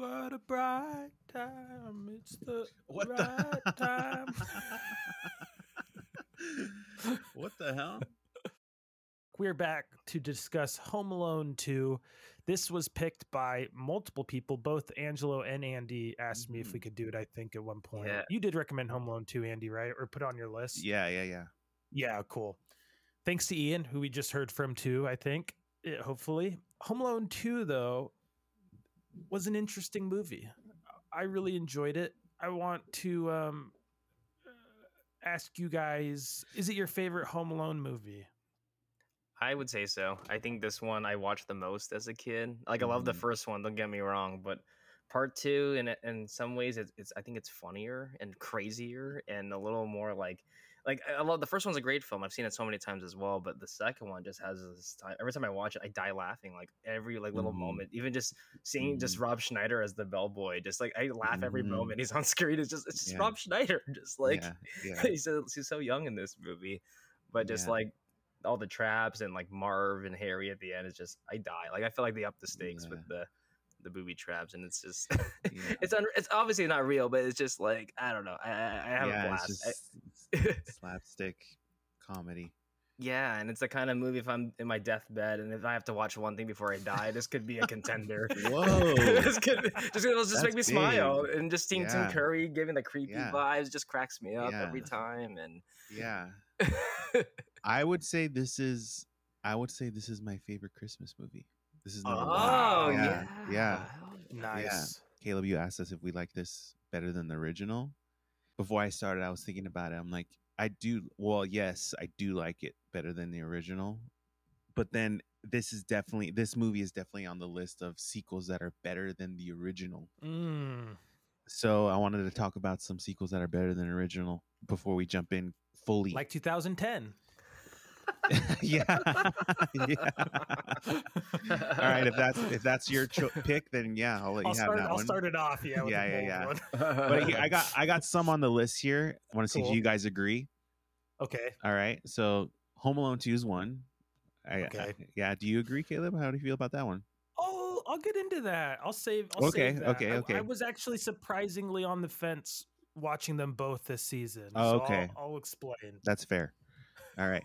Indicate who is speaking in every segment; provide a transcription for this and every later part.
Speaker 1: got a bright time. It's the
Speaker 2: What the-
Speaker 1: right time.
Speaker 2: what the hell?
Speaker 1: We're back to discuss Home Alone 2. This was picked by multiple people. Both Angelo and Andy asked me if we could do it, I think, at one point.
Speaker 2: Yeah.
Speaker 1: You did recommend Home Alone 2, Andy, right? Or put it on your list?
Speaker 2: Yeah, yeah, yeah.
Speaker 1: Yeah, cool. Thanks to Ian, who we just heard from too, I think, eh, hopefully. Home Alone 2, though, was an interesting movie. I really enjoyed it. I want to um, uh, ask you guys is it your favorite Home Alone movie?
Speaker 3: I would say so. I think this one I watched the most as a kid. Like I love the
Speaker 2: Mhm.
Speaker 3: first one. Don't get me wrong, but part two, in in some ways, it's, it's I think it's funnier and crazier and a little more like like I I love the first one's a great film. I've seen it so many times as well, but the second one just has this time. Every time I watch it, I die laughing. Like every like little
Speaker 2: Mhm.
Speaker 3: moment, even just seeing just
Speaker 2: Mhm.
Speaker 3: Rob Schneider as the bellboy, just like I laugh every
Speaker 2: Mhm.
Speaker 3: moment he's on screen. It's just it's just
Speaker 2: Yeah.
Speaker 3: Rob Schneider, just like
Speaker 2: yeah, yeah.
Speaker 3: he's, so, he's so young in this movie, but just
Speaker 2: Yeah.
Speaker 3: like all the traps and like Marv and Harry at the end is just I die. Like I feel like they up the stakes
Speaker 2: Yeah.
Speaker 3: with the the booby traps, and it's just
Speaker 2: Yeah.
Speaker 3: it's un- it's obviously not real, but it's just like I don't know. I I, I have
Speaker 2: yeah,
Speaker 3: a blast.
Speaker 2: It's
Speaker 3: I-
Speaker 2: just it's slapstick comedy.
Speaker 3: yeah, and it's the kind of movie if I'm in my deathbed and if I have to watch one thing before I die, this could be a contender.
Speaker 2: Whoa.
Speaker 3: This could- just it'll just
Speaker 2: That's
Speaker 3: make me smile,
Speaker 2: big.
Speaker 3: and just seeing
Speaker 2: Yeah.
Speaker 3: Tim Curry giving the creepy
Speaker 2: Yeah.
Speaker 3: vibes just cracks me up
Speaker 2: Yeah.
Speaker 3: every time. And
Speaker 2: Yeah. I would say this is I would say this is my favorite Christmas movie. This is number one.
Speaker 3: oh
Speaker 2: yeah.
Speaker 3: yeah,
Speaker 2: yeah.
Speaker 1: Nice.
Speaker 2: Caleb, you asked us if we like this better than the original. Before I started, I was thinking about it. I'm like, I do well, yes, I do like it better than the original. But then this is definitely this movie is definitely on the list of sequels that are better than the original.
Speaker 1: Mm.
Speaker 2: So I wanted to talk about some sequels that are better than original before we jump in fully.
Speaker 1: Like 2010.
Speaker 2: yeah. yeah. All right, if that's if that's your cho- pick, then yeah, I'll let Oh,
Speaker 1: I'll
Speaker 2: you have
Speaker 1: start,
Speaker 2: that
Speaker 1: I'll
Speaker 2: one.
Speaker 1: start it off. Yeah. With
Speaker 2: Yeah,
Speaker 1: a
Speaker 2: yeah,
Speaker 1: bold
Speaker 2: yeah.
Speaker 1: one.
Speaker 2: But here- I got I got some on the list here. I want to see
Speaker 1: Cool.
Speaker 2: if you guys agree.
Speaker 1: Okay.
Speaker 2: All right, so Home Alone Two is one. I,
Speaker 1: Okay.
Speaker 2: I- yeah, do you agree, Caleb? How do you feel about that one?
Speaker 1: Oh, I'll get into that. I'll save. I'll
Speaker 2: Okay,
Speaker 1: save that.
Speaker 2: okay,
Speaker 1: I-
Speaker 2: okay.
Speaker 1: I, was actually surprisingly on the fence watching them both this season.
Speaker 2: Oh,
Speaker 1: so
Speaker 2: okay.
Speaker 1: I'll, I'll explain.
Speaker 2: That's fair. All right,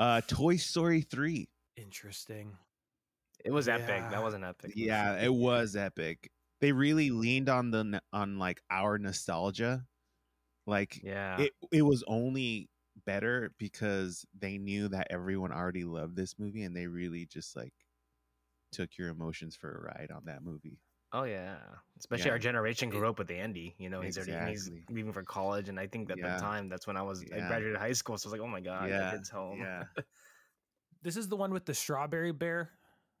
Speaker 2: uh, Toy Story Three.
Speaker 1: Interesting.
Speaker 3: It was epic.
Speaker 1: Yeah.
Speaker 3: That was an epic.
Speaker 2: Yeah, it was epic. They really leaned on the n- on like our nostalgia, like
Speaker 3: Yeah.
Speaker 2: it it was only better because they knew that everyone already loved this movie and they really just like took your emotions for a ride on that movie.
Speaker 3: oh yeah. Especially
Speaker 2: Yeah.
Speaker 3: our generation grew up with Andy. You know, he's already he's
Speaker 2: Exactly.
Speaker 3: leaving for college, and I think at
Speaker 2: Yeah.
Speaker 3: the time that's when I was
Speaker 2: Yeah.
Speaker 3: I graduated high school. So I was like, oh my god,
Speaker 2: Yeah.
Speaker 3: the kid's home. Yeah,
Speaker 2: Yeah.
Speaker 1: This is the one with the strawberry bear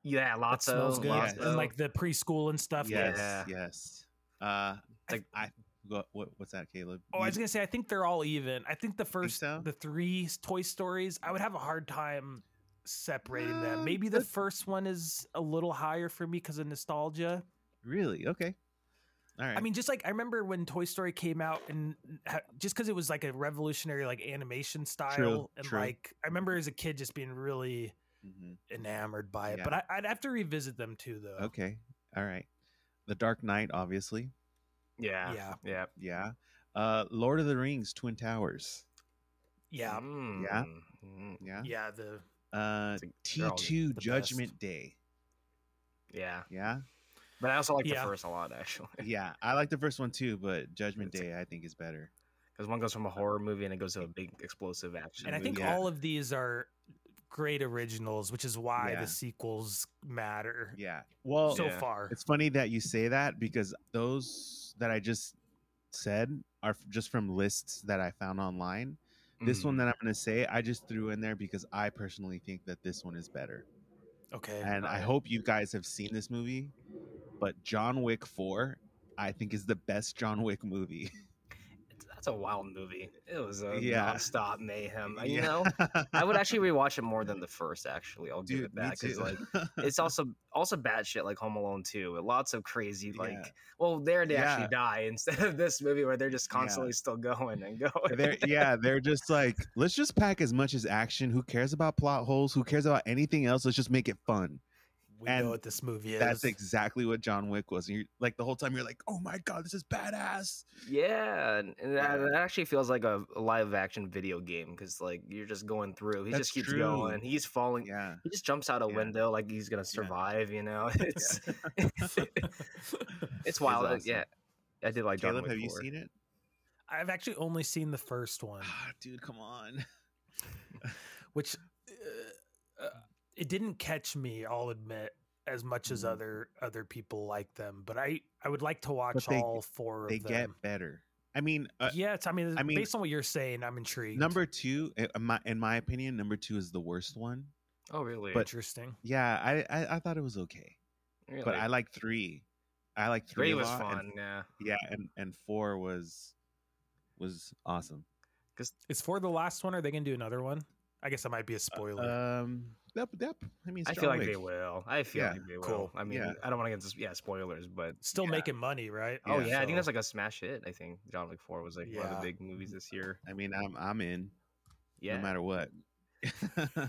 Speaker 1: that
Speaker 3: lots
Speaker 1: smells
Speaker 3: of
Speaker 1: good,
Speaker 2: yeah.
Speaker 3: lots
Speaker 1: and like
Speaker 3: like
Speaker 1: the preschool and stuff.
Speaker 2: yes.
Speaker 3: Yeah.
Speaker 2: Yes. Uh like
Speaker 3: Like-
Speaker 2: I what, what what's that Caleb?
Speaker 1: Oh, I was gonna say, I think they're all even. I think the first,
Speaker 2: so?
Speaker 1: the three Toy Stories, I would have a hard time separating them.
Speaker 2: Um,
Speaker 1: Maybe the
Speaker 2: but-
Speaker 1: first one is a little higher for me because of nostalgia.
Speaker 2: really? Okay. All right.
Speaker 1: I mean, just like I remember when Toy Story came out, and ha- just because it was like a revolutionary like animation style, and
Speaker 2: true.
Speaker 1: like I remember as a kid just being really
Speaker 2: Mhm.
Speaker 1: enamored by it.
Speaker 2: Yeah.
Speaker 1: But I, I'd have to revisit them too, though.
Speaker 2: okay. All right. The Dark Knight obviously.
Speaker 3: yeah, yeah,
Speaker 1: Yeah.
Speaker 3: yeah.
Speaker 2: Yeah. Uh Lord of the Rings Twin Towers.
Speaker 1: Yeah,
Speaker 2: Yeah.
Speaker 3: Mm.
Speaker 2: Yeah.
Speaker 1: yeah. The
Speaker 2: Uh
Speaker 3: It's like, they're all
Speaker 2: T2
Speaker 1: the
Speaker 2: Judgment Day.
Speaker 3: yeah.
Speaker 2: Yeah.
Speaker 3: But I also like
Speaker 1: Yeah.
Speaker 3: the first a lot actually,
Speaker 2: yeah, I like the first one too, but Judgment
Speaker 3: It's-
Speaker 2: Day I think is better.
Speaker 3: because one goes from a horror movie and it goes to a big explosive action.
Speaker 1: and I think
Speaker 3: movie.
Speaker 2: Yeah.
Speaker 1: all of these are great originals, which is why
Speaker 2: Yeah.
Speaker 1: the sequels matter
Speaker 2: Yeah. Well,
Speaker 1: so
Speaker 3: Yeah.
Speaker 1: far.
Speaker 2: it's funny that you say that because those that I just said are f- just from lists that I found online. This
Speaker 3: Mm-hmm.
Speaker 2: one that I'm going to say, I just threw in there because I personally think that this one is better.
Speaker 1: okay,
Speaker 2: And I
Speaker 3: Alright.
Speaker 2: hope you guys have seen this movie, but John Wick 4 I think is the best John Wick movie.
Speaker 3: It's- that's a wild movie. It was a
Speaker 2: Yeah.
Speaker 3: nonstop mayhem. uh, You
Speaker 2: Yeah.
Speaker 3: know, I would actually rewatch it more than the first. Actually, I'll give
Speaker 2: Dude,
Speaker 3: it
Speaker 2: me
Speaker 3: that because
Speaker 2: too.
Speaker 3: like it's also also bad shit like Home Alone too. Lots of crazy like
Speaker 2: Yeah.
Speaker 3: well there they
Speaker 2: Yeah.
Speaker 3: actually die instead of this movie where they're just
Speaker 2: Yeah.
Speaker 3: constantly still going and going.
Speaker 2: they're yeah they're just like let's just pack as much as action who cares about plot holes who cares about anything else let's just make it fun
Speaker 1: we
Speaker 2: And
Speaker 1: know what this movie is.
Speaker 2: That's exactly what John Wick was. And you're like the whole time you're like, oh my god, this is badass.
Speaker 3: Yeah, and and that,
Speaker 2: Yeah.
Speaker 3: that actually feels like a a live action video game because like you're just going through. He
Speaker 2: That's
Speaker 3: just keeps
Speaker 2: true.
Speaker 3: going. He's falling.
Speaker 2: Yeah.
Speaker 3: He just jumps out a
Speaker 2: Yeah.
Speaker 3: window like he's gonna survive. You know, it's it's wild. uh,
Speaker 2: awesome.
Speaker 3: Yeah, I did like John
Speaker 2: Caleb,
Speaker 3: Wick
Speaker 2: have you
Speaker 3: 4.
Speaker 2: seen it?
Speaker 1: I've actually only seen the first one,
Speaker 2: Ah, dude, come on.
Speaker 1: which uh, uh, it didn't catch me. I'll admit, as much as
Speaker 2: Mm.
Speaker 1: other other people like them, but I I would like to watch
Speaker 2: they-
Speaker 1: all four
Speaker 2: They
Speaker 1: of them.
Speaker 2: get better. I mean, uh,
Speaker 1: yeah, it's, I mean,
Speaker 2: I mean-
Speaker 1: based on what you're saying, I'm intrigued.
Speaker 2: number two, uh, in my, in my opinion, number two is the worst one.
Speaker 3: Oh really?
Speaker 1: interesting.
Speaker 2: Yeah, I I, I thought it was okay,
Speaker 3: really?
Speaker 2: but I like three. I like three.
Speaker 3: three
Speaker 2: a
Speaker 3: was
Speaker 2: lot, and-
Speaker 3: fun. yeah,
Speaker 2: yeah, and and four was was awesome.
Speaker 3: because
Speaker 1: Is for the last one? Are they gonna do another one? I guess that might be a spoiler.
Speaker 2: Um, yep, yep. I mean, it's
Speaker 3: I
Speaker 2: John
Speaker 3: feel like
Speaker 2: Wick.
Speaker 3: they will. I feel
Speaker 2: Yeah,
Speaker 3: like they will.
Speaker 1: cool.
Speaker 3: I mean,
Speaker 2: Yeah.
Speaker 3: I don't want to get into s- yeah spoilers, but
Speaker 1: Still
Speaker 2: yeah.
Speaker 1: making money, right?
Speaker 3: oh yeah, I
Speaker 1: So-
Speaker 3: think that's like a smash hit. I think John Wick Four was like one of
Speaker 1: Yeah.
Speaker 3: the big movies this year.
Speaker 2: I mean, I'm I'm in
Speaker 3: Yeah.
Speaker 2: no matter what.
Speaker 3: You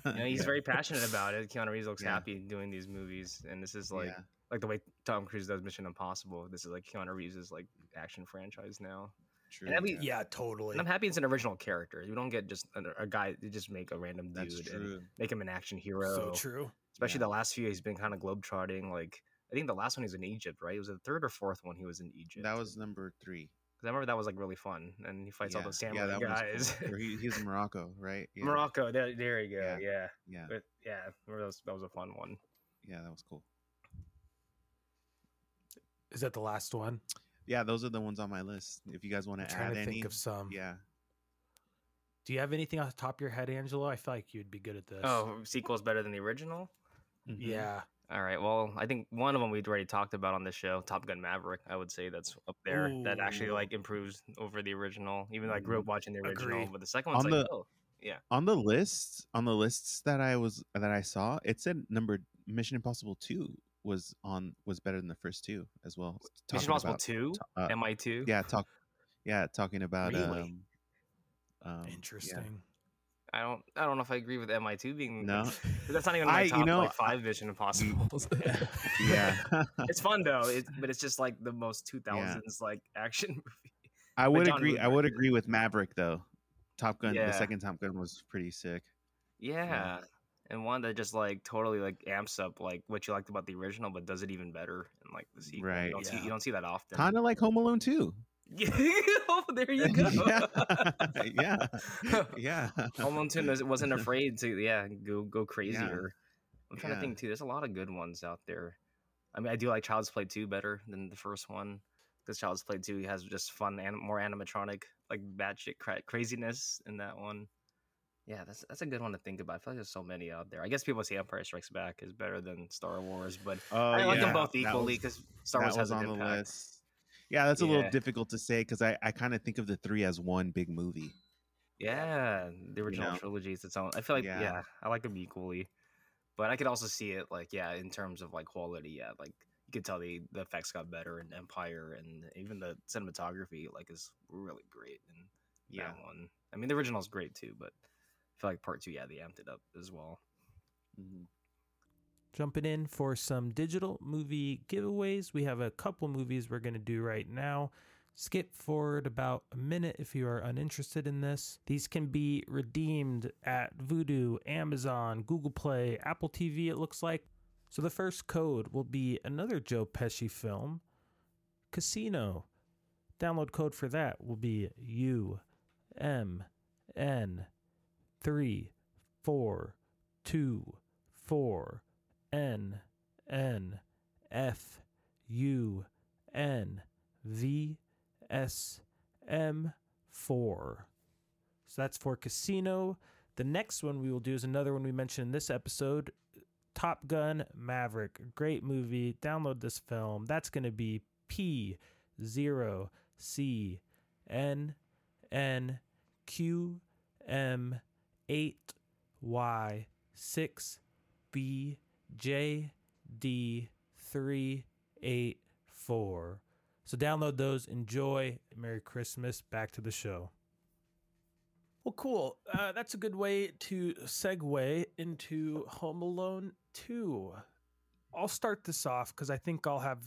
Speaker 3: know, he's
Speaker 2: Yeah.
Speaker 3: very passionate about it. Keanu Reeves looks
Speaker 2: Yeah.
Speaker 3: happy doing these movies, and this is like
Speaker 2: Yeah.
Speaker 3: like the way Tom Cruise does Mission Impossible. This is like Keanu Reeves' like action franchise now,
Speaker 2: true.
Speaker 3: and I mean-
Speaker 1: yeah, totally.
Speaker 3: and I'm happy it's an original character. You don't get just a, a guy you just make a random
Speaker 2: that's
Speaker 3: dude and
Speaker 2: true.
Speaker 3: make him an action hero.
Speaker 1: so true.
Speaker 3: Especially
Speaker 2: Yeah.
Speaker 3: the last few, he's been kind of globetrotting. Like I think the last one he was in Egypt, right? It was the third or fourth one he was in Egypt.
Speaker 2: That was number three.
Speaker 3: 'Cause I remember that was like really fun, and he fights all those samurai
Speaker 2: that one was
Speaker 3: guys.
Speaker 2: cool. Or he, he's in Morocco, right? Yeah,
Speaker 3: Morocco, there, there you go.
Speaker 2: Yeah.
Speaker 3: Yeah, yeah,
Speaker 2: Yeah,
Speaker 3: but yeah, I remember that was, that was a fun one.
Speaker 2: yeah, that was cool.
Speaker 1: Is that the last one?
Speaker 2: Yeah, those are the ones on my list. If you guys want
Speaker 1: I'm
Speaker 2: to
Speaker 1: trying
Speaker 2: add
Speaker 1: to
Speaker 2: any,
Speaker 1: think of some.
Speaker 2: yeah,
Speaker 1: Do you have anything off the top of your head, Angelo? I feel like you'd be good at this.
Speaker 3: Oh, sequel's better than the original.
Speaker 2: Mm-hmm.
Speaker 1: yeah.
Speaker 3: All right. Well, I think one of them we'd already talked about on this show, Top Gun Maverick. I would say that's up there. That actually
Speaker 1: Ooh.
Speaker 3: like improves over the original, even though I grew up watching the original.
Speaker 1: Agree.
Speaker 3: But the second one's
Speaker 2: Mm, On
Speaker 3: like,
Speaker 2: the-
Speaker 3: oh,
Speaker 2: on the list on the lists that i was that i saw it said number mission impossible 2 was on was better than the first two as well
Speaker 3: Mission
Speaker 2: Talking
Speaker 3: Impossible
Speaker 2: about,
Speaker 3: Two,
Speaker 2: uh,
Speaker 3: MI Two.
Speaker 2: yeah talk yeah talking about
Speaker 3: Really?
Speaker 2: um, um, yeah.
Speaker 1: Interesting.
Speaker 3: I don't. I don't know if I agree with MI Two being.
Speaker 2: No.
Speaker 3: That's not even in my
Speaker 2: I- you
Speaker 3: top
Speaker 2: know,
Speaker 3: like five Mission Impossibles.
Speaker 2: yeah,
Speaker 3: it's fun though. It, but it's just like the most two thousands like action movie.
Speaker 2: i would
Speaker 3: John
Speaker 2: agree i
Speaker 3: Woo
Speaker 2: would
Speaker 3: directed it.
Speaker 2: agree with maverick though top gun
Speaker 3: Yeah.
Speaker 2: the second top gun was pretty sick
Speaker 3: Yeah. And one that just like totally like amps up like what you liked about the original, but does it even better in like the sequel.
Speaker 2: Right.
Speaker 3: You don't, see,
Speaker 1: Yeah.
Speaker 3: you don't see that often.
Speaker 2: kind of like home alone 2
Speaker 3: Yeah, oh, there you go.
Speaker 2: yeah yeah yeah
Speaker 3: Almonton was- wasn't afraid to yeah go go crazier. I'm trying
Speaker 2: Yeah.
Speaker 3: to think too. There's a lot of good ones out there. I mean, I do like Child's Play 2 better than the first one because Child's Play 2 has just fun and more animatronic like batshit cra- craziness in that one. Yeah, that's that's a good one to think about. I feel like there's so many out there. I guess people say Empire Strikes Back is better than Star Wars, but
Speaker 2: oh
Speaker 3: I like
Speaker 2: yeah,
Speaker 3: them both
Speaker 2: that
Speaker 3: equally
Speaker 2: was-
Speaker 3: because Star Wars
Speaker 2: that was
Speaker 3: has an
Speaker 2: on the
Speaker 3: impact.
Speaker 2: list. Yeah, that's a little
Speaker 3: Yeah.
Speaker 2: difficult to say because I, I kind of think of the three as one big movie.
Speaker 3: Yeah, the original
Speaker 2: know?
Speaker 3: trilogy is its own. I feel like
Speaker 2: Yeah.
Speaker 3: yeah. I like them equally, but I could also see it like yeah, in terms of like quality, yeah, like you could tell the the effects got better in Empire, and even the cinematography like is really great in that one. I mean, the original's great too, but I feel like part two, yeah, they amped it up as well. Mm-hmm.
Speaker 2: Mhm.
Speaker 1: Jumping in for some digital movie giveaways. We have a couple movies we're going to do right now. Skip forward about a minute if you are uninterested in this. These can be redeemed at Vudu, Amazon, Google Play, Apple TV, it looks like. So the first code will be another Joe Pesci film, Casino. Download code for that will be U M N 3 4 2 4 N N F U N V S M 4. So that's for Casino. The next one we will do is another one we mentioned in this episode Top Gun Maverick. Great movie. Download this film. That's going to be P 0 C N N Q M 8 Y 6 B J D 384. So download those, enjoy, Merry Christmas. Back to the show. Well, cool. Uh, that's a good way to segue into Home Alone 2. I'll start this off because I think I'll have,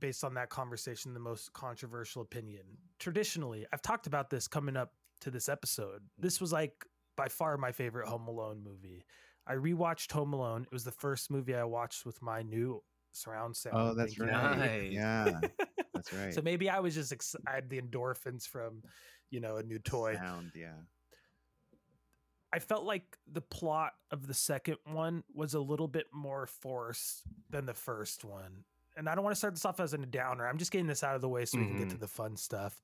Speaker 1: based on that conversation, the most controversial opinion. Traditionally, I've talked about this coming up to this episode. This was like by far my favorite Home Alone movie. I rewatched Home Alone. It was the first movie I watched with my new surround sound.
Speaker 2: Oh, that's
Speaker 1: thank you.
Speaker 2: right.
Speaker 3: Nice.
Speaker 2: Yeah, that's right.
Speaker 1: So maybe I was just ex- I had the endorphins from, you know, a new toy.
Speaker 2: Sound, yeah.
Speaker 1: I felt like the plot of the second one was a little bit more forced than the first one. And I don't want to start this off as a downer. I'm just getting this out of the way so we can get
Speaker 2: Mm-hmm.
Speaker 1: to the fun stuff.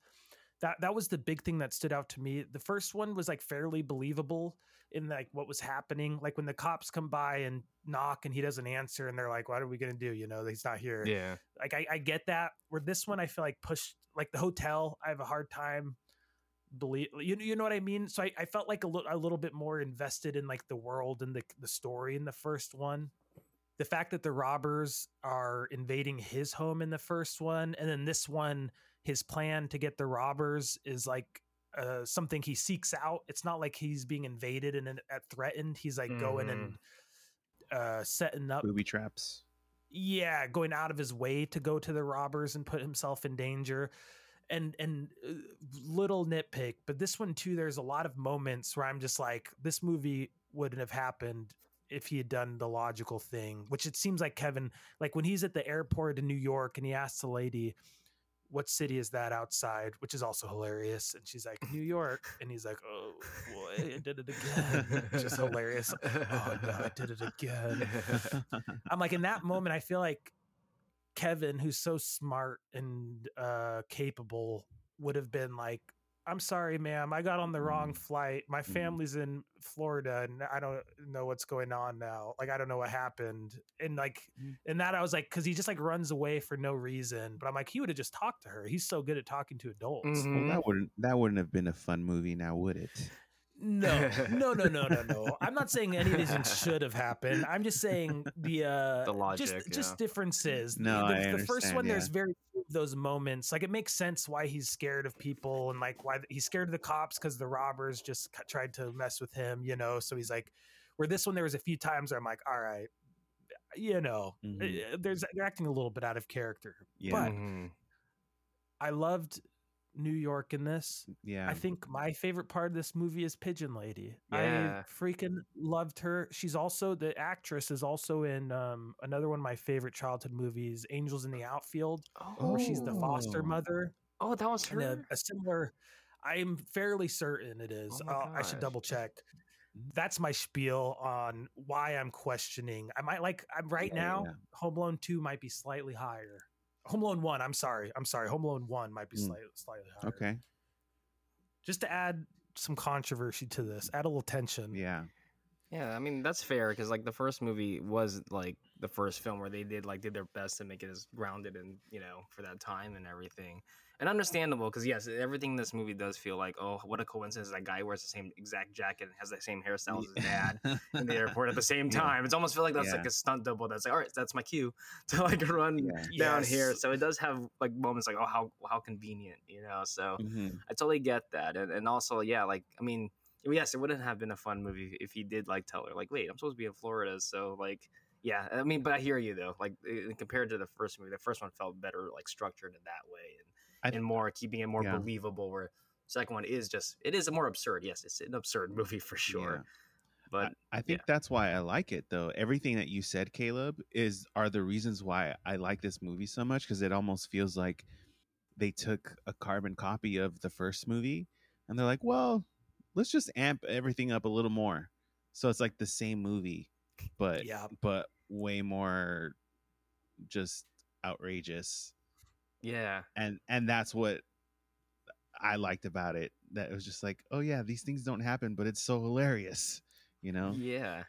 Speaker 1: That that was the big thing that stood out to me. The first one was like fairly believable in like what was happening. Like when the cops come by and knock and he doesn't answer and they're like, What are we gonna do? You know, he's not here
Speaker 3: Yeah.
Speaker 1: like I, I get that. Where this one, I feel like pushed like the hotel. I have a hard time believe you you know what I mean. So I, I felt like a little a little bit more invested in like the world and the the story in the first one. The fact that the robbers are invading his home in the first one, and then this one, his plan to get the robbers is like uh, something he seeks out. It's not like he's being invaded and then, uh, threatened. He's like going and uh, setting up
Speaker 2: Booby traps.
Speaker 1: yeah going out of his way to go to the robbers and put himself in danger and and uh, little nitpick but this one too there's a lot of moments where i'm just like this movie wouldn't have happened if he had done the logical thing which it seems like kevin like when he's at the airport in new york and he asks the lady what city is that outside which is also hilarious and she's like new york and he's like oh boy i did it again which is hilarious oh no i did it again I'm like in that moment, I feel like Kevin, who's so smart and uh, capable, would have been like, "I'm sorry, ma'am, I got on the wrong
Speaker 2: Mm.
Speaker 1: flight. My
Speaker 2: Mm.
Speaker 1: family's in Florida, and I don't know what's going on now. Like, I don't know what happened." And like,
Speaker 2: Mm.
Speaker 1: and that I was like, because he just like runs away for no reason. But I'm like, he would have just talked to her. He's so good at talking to adults.
Speaker 2: Well,
Speaker 3: Mhm.
Speaker 2: that wouldn't that wouldn't have been a fun movie now, would it?
Speaker 1: No, no, no, no, no, no. I'm not saying any of these should have happened. I'm just saying the uh,
Speaker 3: The logic,
Speaker 1: just, just
Speaker 3: yeah.
Speaker 1: differences.
Speaker 2: No,
Speaker 1: the,
Speaker 2: I
Speaker 1: the first
Speaker 2: understand,
Speaker 1: one, there's
Speaker 2: yeah.
Speaker 1: very few of those moments. Like it makes sense why he's scared of people and like why he's scared of the cops because the robbers just c- tried to mess with him, you know. So he's like, where this one, there was a few times where I'm like, all right, you know,
Speaker 2: Mhm.
Speaker 1: uh, there's they're acting a little bit out of character.
Speaker 2: Yeah,
Speaker 1: But-
Speaker 3: Mhm.
Speaker 1: I loved New York in this.
Speaker 2: yeah.
Speaker 1: I think my favorite part of this movie is Pigeon Lady.
Speaker 3: Yeah.
Speaker 1: I freaking loved her. She's also the actress is also in um, another one of my favorite childhood movies, Angels in the Outfield, where she's the foster
Speaker 2: Oh.
Speaker 1: mother
Speaker 3: Oh, that was her.
Speaker 1: and a, a similar. I'm fairly certain it is.
Speaker 3: Oh my
Speaker 1: Uh, I should
Speaker 3: gosh.
Speaker 1: double check.
Speaker 2: Mm-hmm.
Speaker 1: That's my spiel on why I'm questioning. I might like I'm right
Speaker 2: Yeah,
Speaker 1: now.
Speaker 2: yeah.
Speaker 1: Home Loan Two might be slightly higher. Home Loan One. I'm sorry. I'm sorry. Home Loan One might be
Speaker 2: Mm.
Speaker 1: slightly slightly higher
Speaker 2: Okay.
Speaker 1: just to add some controversy to this, add a little tension.
Speaker 2: Yeah.
Speaker 3: Yeah, I mean that's fair because like the first movie was like the first film where they did like did their best to make it as grounded and you know for that time and everything, and understandable because yes, everything in this movie does feel like oh what a coincidence that guy wears the same exact jacket and has the same hairstyle as his dad in the airport at the same
Speaker 2: Yeah.
Speaker 3: time. It's almost feel like that's
Speaker 2: Yeah.
Speaker 3: like a stunt double. That's like all right, that's my cue to like run
Speaker 2: Yeah.
Speaker 3: down
Speaker 1: Yes.
Speaker 3: here. So it does have like moments like oh how how convenient you know. So
Speaker 2: Mhm.
Speaker 3: I totally get that, and and also yeah, like I mean, yes, it wouldn't have been a fun movie if he did like tell her like, wait, I'm supposed to be in Florida, so like, yeah, I mean, but I hear you though, like i- compared to the first movie, the first one felt better like structured in that way, and
Speaker 2: I
Speaker 3: and more keeping it more
Speaker 2: yeah.
Speaker 3: believable. Where second one is just it is more absurd. Yes, it's an absurd movie for sure,
Speaker 2: Yeah.
Speaker 3: but
Speaker 2: I think that's why I like it though. Everything that you said, Caleb, is are the reasons why I like this movie so much because it almost feels like they took a carbon copy of the first movie and they're like, well, let's just amp everything up a little more. So it's like the same movie, but
Speaker 1: Yeah.
Speaker 2: but way more just outrageous.
Speaker 3: yeah,
Speaker 2: And and that's what I liked about it. That it was just like, oh yeah, these things don't happen, but it's so hilarious. You know?
Speaker 3: yeah,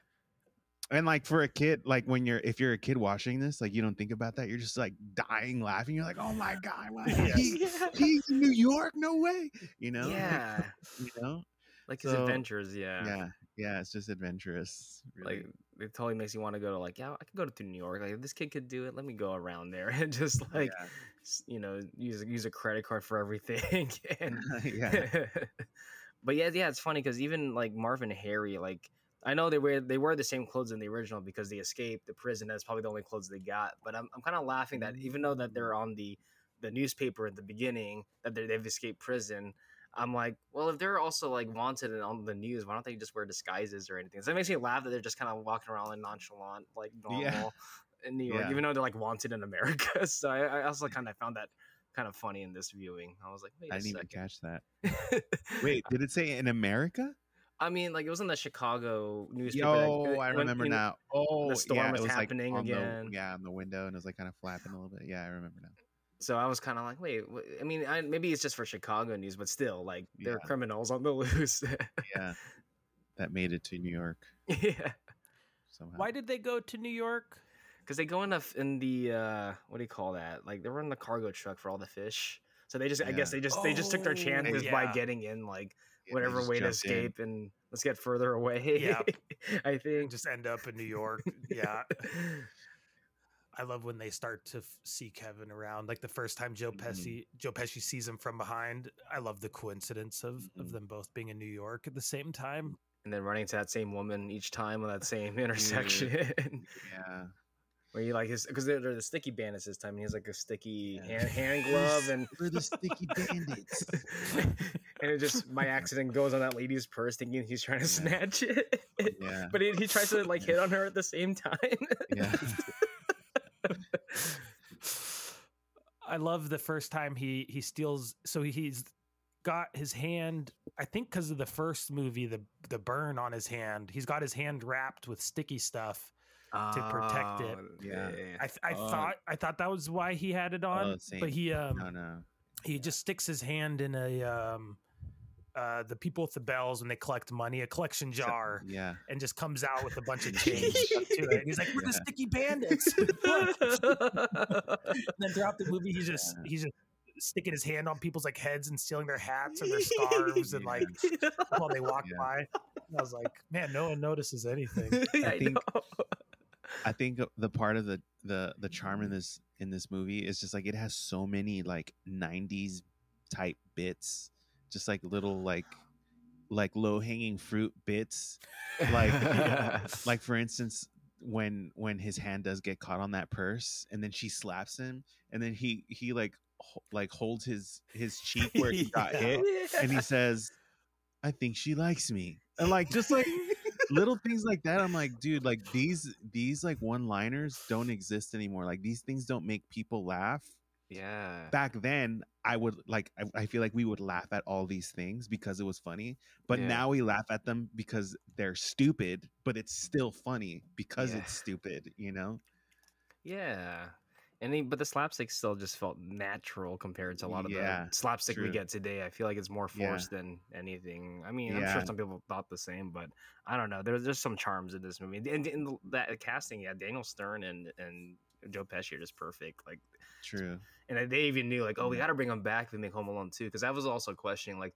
Speaker 2: And like for a kid, like when you're if you're a kid watching this, like you don't think about that. You're just like dying laughing. You're like, oh my god, wow, he,
Speaker 3: yeah,
Speaker 2: he's in New York, no way. You know? Like,
Speaker 3: yeah,
Speaker 2: you know?
Speaker 3: like his
Speaker 2: So-
Speaker 3: adventures, yeah,
Speaker 2: Yeah. Yeah. It's just adventurous. Really.
Speaker 3: Like it totally makes you want to go to like, yeah, I could go to New York. Like if this kid could do it, let me go around there and just like,
Speaker 2: Yeah.
Speaker 3: s- you know, use a- use a credit card for everything. and
Speaker 2: yeah.
Speaker 3: but yeah, yeah, it's funny because even like Marvin Harry, like I know they wear they wear the same clothes in the original because they escaped the prison. That's probably the only clothes they got. But I'm, I'm kind of laughing that even though that they're on the the newspaper at the beginning that they- they've escaped prison, I'm like, well, if they're also like wanted and on the news, why don't they just wear disguises or anything? So it makes me laugh that they're just kind of walking around like nonchalant, like normal
Speaker 2: Yeah.
Speaker 3: in New York,
Speaker 2: Yeah.
Speaker 3: even though they're like wanted in America. So I, I also kind of found that kind of funny in this viewing. I was like, wait a
Speaker 2: I didn't even
Speaker 3: second.
Speaker 2: catch that. Wait, did it say in America?
Speaker 3: I mean, like it was in the Chicago newspaper. that-
Speaker 2: Oh, I
Speaker 3: when-
Speaker 2: remember
Speaker 3: you know-
Speaker 2: now. Oh,
Speaker 3: storm
Speaker 2: yeah,
Speaker 3: was
Speaker 2: it was
Speaker 3: happening
Speaker 2: like on
Speaker 3: again.
Speaker 2: The, yeah, on the window, and it was like kind of flapping a little bit. Yeah, I remember now.
Speaker 3: So I was kind of like, wait, wh- I mean, I, maybe it's just for Chicago news, but still, like they're
Speaker 2: Yeah.
Speaker 3: criminals on the loose.
Speaker 2: Yeah, that made it to New York
Speaker 3: yeah,
Speaker 2: somehow.
Speaker 1: Why did they go to New York?
Speaker 3: because they go in the f- in the uh, what do you call that? Like they were in the cargo truck for all the fish. So they just, I guess
Speaker 2: Yeah.
Speaker 3: they just they just took their
Speaker 1: Oh,
Speaker 3: chances by
Speaker 1: yeah.
Speaker 3: getting in like
Speaker 2: Yeah, they
Speaker 3: whatever
Speaker 2: just
Speaker 3: way to
Speaker 2: jumped in.
Speaker 3: escape and let's get further away.
Speaker 1: Yeah.
Speaker 3: I
Speaker 1: And
Speaker 3: think.
Speaker 1: just end up in New York. Yeah. I love when they start to f- see Kevin around. Like the first time Joe
Speaker 2: Mhm.
Speaker 1: Pesci, Joe Pesci sees him from behind. I love the coincidence of
Speaker 2: Mhm.
Speaker 1: of them both being in New York at the same time.
Speaker 3: and then running to that same woman each time on that same intersection.
Speaker 2: Yeah,
Speaker 3: Where you like his because they're, they're the sticky bandits this time, and he has like a sticky
Speaker 2: Yeah.
Speaker 3: hand, hand glove, and
Speaker 2: we're the sticky bandits.
Speaker 3: and it just my accident goes on that lady's purse, thinking he's trying to
Speaker 2: Yeah.
Speaker 3: snatch it,
Speaker 2: Yeah,
Speaker 3: but he, he tries to like hit on her at the same time.
Speaker 2: yeah.
Speaker 1: I love the first time he he steals. So he's got his hand. I think because of the first movie, the the burn on his hand, he's got his hand wrapped with sticky stuff. To protect it.
Speaker 3: Oh,
Speaker 2: Yeah.
Speaker 1: I, th- I
Speaker 2: Oh.
Speaker 1: thought I thought that was why he had it on,
Speaker 2: same.
Speaker 1: but he um
Speaker 2: No, no.
Speaker 1: he just sticks his hand in a um uh the people with the bells when they collect money a collection
Speaker 2: So-
Speaker 1: jar
Speaker 2: Yeah.
Speaker 1: and just comes out with a bunch of change stuck to it. And he's like we're the
Speaker 2: Yeah.
Speaker 1: sticky bandits Look." and then throughout the movie he's just
Speaker 2: Yeah.
Speaker 1: he's just sticking his hand on people's like heads and stealing their hats or their scarves and
Speaker 2: Yeah.
Speaker 1: like while they walk
Speaker 2: Yeah.
Speaker 1: by And i was like man no one notices anything
Speaker 3: I,
Speaker 2: I think-
Speaker 3: know.
Speaker 2: I think the part of the the the charm in this in this movie is just like it has so many like '90s type bits, just like little like like low hanging fruit bits. Like- Like for instance, when when his hand does get caught on that purse, and then she slaps him, and then he he like ho- like holds his his cheek where he got
Speaker 1: Yeah.
Speaker 2: hit, and he says, "I think she likes me," and like just like little things like that. I'm like, dude, like these these like one liners don't exist anymore. Like these things don't make people laugh.
Speaker 3: yeah.
Speaker 2: Back then, I would like I, I feel like we would laugh at all these things because it was funny, but
Speaker 3: Yeah.
Speaker 2: now we laugh at them because they're stupid. But it's still funny because
Speaker 3: Yeah.
Speaker 2: it's stupid. You know?
Speaker 3: Yeah. And he, but the slapstick still just felt natural compared to a lot of
Speaker 2: Yeah,
Speaker 3: the slapstick we
Speaker 2: true.
Speaker 3: get today. I feel like it's more
Speaker 2: Yeah.
Speaker 3: forced than anything. I mean, I'm
Speaker 2: Yeah.
Speaker 3: sure some people thought the same, but I don't know. There's there's some charms in this movie, and, and the- that casting, yeah, Daniel Stern and and Joe Pesci are just perfect. Like,
Speaker 2: True.
Speaker 3: and they even knew like, oh, we
Speaker 2: Mhm.
Speaker 3: got to bring him back if we make Home Alone too, because I was also questioning like.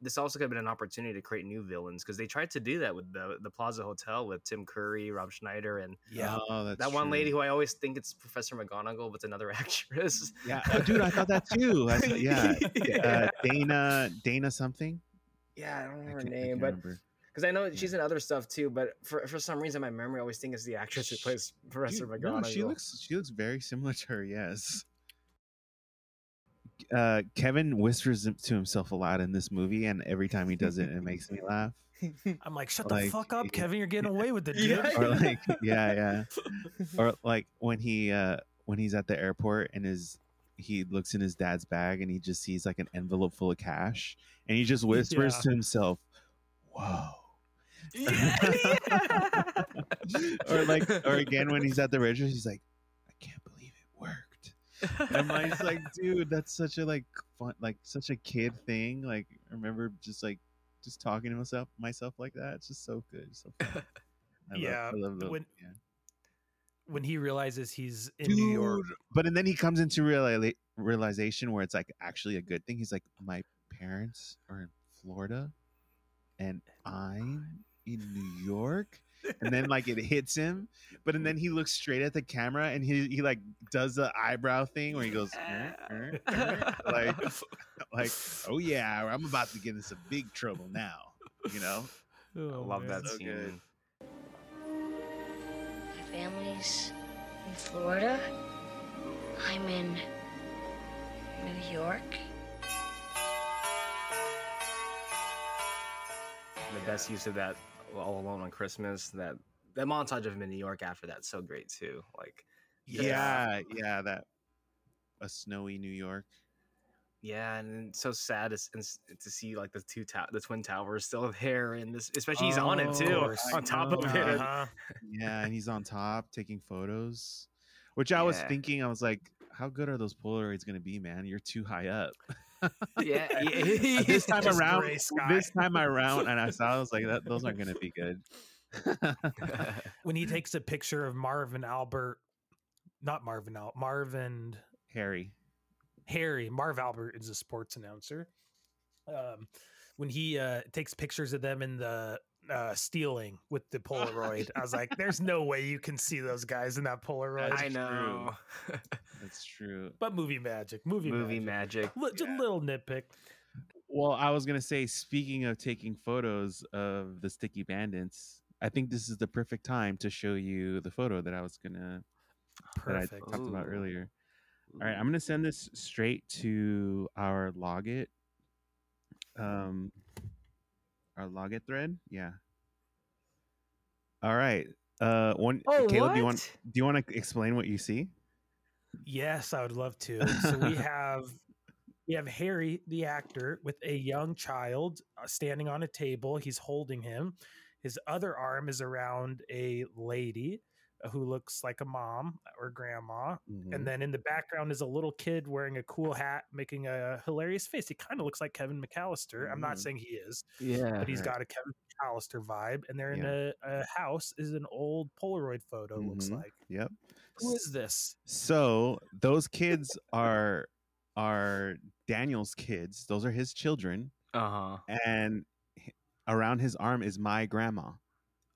Speaker 3: This also could have been an opportunity to create new villains because they tried to do that with the the Plaza Hotel with Tim Curry, Rob Schneider, and
Speaker 1: yeah
Speaker 2: Oh, that's
Speaker 3: that one
Speaker 2: true.
Speaker 3: lady who I always think it's Professor McGonagall, but it's another actress.
Speaker 2: Yeah, oh, dude, I thought that too. I thought, yeah.
Speaker 3: yeah.
Speaker 2: Uh, Dana, Dana something.
Speaker 3: Yeah, I don't remember her
Speaker 2: can't- I
Speaker 3: name,
Speaker 2: can't
Speaker 3: but
Speaker 2: remember.
Speaker 3: because I know
Speaker 2: Yeah.
Speaker 3: she's in other stuff too. But for for some reason, my memory always think it's the actress who
Speaker 2: Sh-
Speaker 3: plays Professor
Speaker 2: Dude,
Speaker 3: McGonagall.
Speaker 2: No, she looks she looks very similar to her. Yes. Uh, Kevin whispers him- to himself a lot in this movie, and every time he does it, it makes me laugh.
Speaker 1: i'm like shut the
Speaker 2: Like,
Speaker 1: fuck up
Speaker 2: yeah.
Speaker 1: kevin you're getting away with it dude
Speaker 3: Yeah.
Speaker 2: Or like, yeah, yeah. Or like when he uh when he's at the airport and his he looks in his dad's bag and he just sees like an envelope full of cash, and he just whispers
Speaker 1: Yeah.
Speaker 2: to himself, "Whoa."
Speaker 3: Yeah, yeah.
Speaker 2: or like, or again when he's at the register, he's like, "I can't believe it worked." And mine's like, dude, that's such a like fun, like such a kid thing. Like, I remember just like just talking to myself, myself like that. It's just so good, so fun. I love-
Speaker 1: Yeah,
Speaker 2: I love the-
Speaker 1: when-
Speaker 2: yeah.
Speaker 1: when he realizes he's in new york
Speaker 2: Dude, But and then he comes into reali- realization where it's like actually a good thing. He's like, my parents are in Florida, and I'm in New York. And then like it hits him, but and then he looks straight at the camera and he he like does the eyebrow thing where he goes, "Eh, eh, eh," like like, oh yeah, I'm about to get into some big trouble now. You know,
Speaker 1: Oh,
Speaker 3: I love
Speaker 1: man.
Speaker 3: that
Speaker 2: So
Speaker 3: scene.
Speaker 2: good.
Speaker 4: family's in Florida. I'm in New York.
Speaker 3: The best use of that all alone on Christmas. That that montage of him in New York after that's so great too. Like
Speaker 2: Yeah, yeah, that a snowy New York.
Speaker 3: yeah, and it's so sad to, s- to see like the two to- the twin towers still there, and this especially he's on it
Speaker 1: Oh,
Speaker 3: too,
Speaker 1: of course.
Speaker 3: on top of it.
Speaker 2: Uh-huh.
Speaker 1: Uh-huh.
Speaker 2: Yeah, and he's on top taking photos. Which I was
Speaker 3: Yeah.
Speaker 2: thinking, I was like, how good are those Polaroids gonna be, man? You're too high up.
Speaker 3: Yeah, yeah.
Speaker 2: But this time
Speaker 1: Just
Speaker 2: around,
Speaker 1: gray sky.
Speaker 2: this time around, and I saw, I was like, that, those aren't gonna be good.
Speaker 1: when he takes a picture of Marvin Albert, not Marvin Al, Marvin
Speaker 2: Harry,
Speaker 1: Harry. Marv Albert is a sports announcer. Um, when he uh, takes pictures of them in the uh, stealing with the Polaroid, I was like, "There's no way you can see those guys in that Polaroid."
Speaker 2: That's
Speaker 3: I
Speaker 2: true.
Speaker 3: know.
Speaker 2: that's true.
Speaker 1: But movie magic, movie,
Speaker 3: Movie
Speaker 1: magic.
Speaker 3: magic.
Speaker 1: Li- Just a little nitpick.
Speaker 2: Well, I was gonna say, speaking of taking photos of the sticky bandits, I think this is the perfect time to show you the photo that I was gonna
Speaker 1: Perfect.
Speaker 2: that I talked about
Speaker 3: Ooh.
Speaker 2: earlier. All right, I'm gonna send this straight to our logit, um, our logit thread. Yeah. All right. Uh, one. Caleb, you want do you want to explain what you see?
Speaker 1: Yes, I would love to. So we have we have Harry, the actor, with a young child uh, standing on a table. He's holding him. His other arm is around a lady uh, who looks like a mom uh, or grandma. And then in the background is a little kid wearing a cool hat, making a hilarious face. He kind of looks like Kevin McAllister. I'm not
Speaker 2: Mhm.
Speaker 1: saying he is,
Speaker 3: Yeah.
Speaker 1: but he's
Speaker 2: Right.
Speaker 1: got a Kevin McAllister vibe. And they're in a, a house. Is an old Polaroid photo looks
Speaker 2: Mhm.
Speaker 1: like.
Speaker 2: Yep.
Speaker 1: Who is this?
Speaker 2: So those kids are are Daniel's kids. Those are his children,
Speaker 3: Uh huh.
Speaker 2: and h- around his arm is my grandma.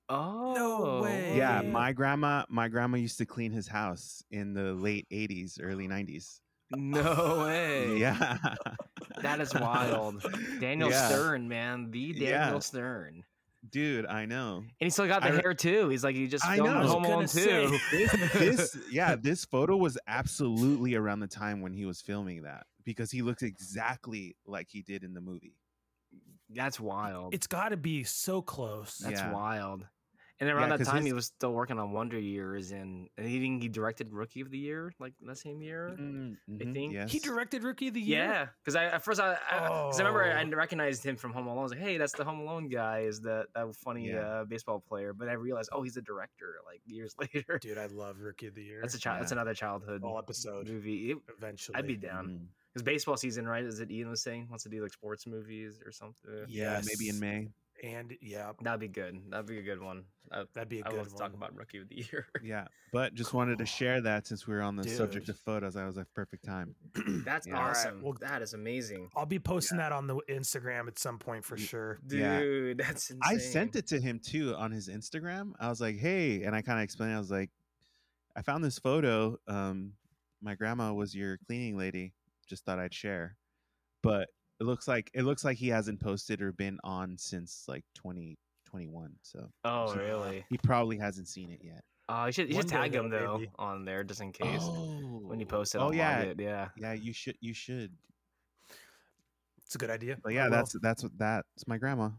Speaker 3: Oh
Speaker 1: way.
Speaker 2: Yeah,
Speaker 1: Hey.
Speaker 2: my grandma, my grandma used to clean his house in the late '80s, early '90s.
Speaker 3: No way.
Speaker 2: Yeah,
Speaker 3: That is wild. Daniel
Speaker 2: Yeah.
Speaker 3: Stern, man, the Daniel
Speaker 2: Yeah.
Speaker 3: Stern, and
Speaker 2: dude, I know.
Speaker 3: he still got the
Speaker 2: I re-
Speaker 3: hair too. He's like he just
Speaker 2: I
Speaker 3: filmed
Speaker 2: know. I was
Speaker 3: Home Alone
Speaker 1: gonna say.
Speaker 3: too.
Speaker 2: This, yeah, this photo was absolutely around the time when he was filming that because he looks exactly like he did in the movie.
Speaker 3: That's wild.
Speaker 1: It's got to be so close.
Speaker 3: That's
Speaker 2: yeah.
Speaker 3: wild. And around that
Speaker 2: 'cause
Speaker 3: time, he
Speaker 2: his-
Speaker 3: was still working on Wonder Years, and and he think he directed Rookie of the Year like that same year.
Speaker 2: Mhm,
Speaker 3: Mm, think-
Speaker 2: yes.
Speaker 1: He directed Rookie of the Year.
Speaker 3: Yeah, because I at first I, I, 'cause I remember I
Speaker 1: Oh.
Speaker 3: recognized him from Home Alone. I was like, hey, that's the Home Alone guy, is that that funny
Speaker 2: Yeah.
Speaker 3: uh, baseball player? But I realized, oh, he's the director. Like years later,
Speaker 1: dude, I love Rookie of the Year.
Speaker 3: that's a child. That's
Speaker 2: Yeah.
Speaker 3: another childhood
Speaker 1: all episode.
Speaker 3: movie. It-
Speaker 1: Eventually,
Speaker 3: I'd be down
Speaker 2: Mhm.
Speaker 3: because baseball season, right? Is it Ian was saying wants to do like sports movies or something?
Speaker 2: Yeah, maybe in
Speaker 1: Yes.
Speaker 2: May.
Speaker 1: And yeah,
Speaker 3: That'd be good. That'd be a good one. I,
Speaker 1: that'd be a
Speaker 3: I
Speaker 1: good
Speaker 3: love to
Speaker 1: one.
Speaker 3: talk about Rookie of the Year.
Speaker 2: Yeah, but just wanted to
Speaker 1: Cool.
Speaker 2: share that since we were on the subject
Speaker 1: Dude.
Speaker 2: of photos, I was a perfect time.
Speaker 3: That's
Speaker 2: Yeah.
Speaker 1: Alright,
Speaker 3: awesome.
Speaker 1: well-
Speaker 3: that is amazing.
Speaker 1: I'll be posting that on the Instagram at some point for
Speaker 2: Y-
Speaker 1: sure.
Speaker 2: Yeah.
Speaker 3: Dude, that's insane.
Speaker 2: I sent it to him too on his Instagram. I was like, "Hey," and I kind of explained. I was like, "I found this photo. Um, my grandma was your cleaning lady. Just thought I'd share, but it looks like it looks like he hasn't posted or been on since like 2021. So
Speaker 3: Oh,
Speaker 2: So-
Speaker 3: really?
Speaker 2: he probably hasn't seen it yet.
Speaker 3: Oh, you should, you should
Speaker 1: One day
Speaker 3: tag him
Speaker 1: though,
Speaker 3: though
Speaker 1: maybe.
Speaker 3: on there just in case when you post it.
Speaker 2: Oh
Speaker 3: I'll log
Speaker 2: yeah,
Speaker 3: it, yeah.
Speaker 2: yeah. You should. You should.
Speaker 1: It's a good idea.
Speaker 2: But
Speaker 1: I
Speaker 2: yeah,
Speaker 1: will.
Speaker 2: that's that's what that's my grandma.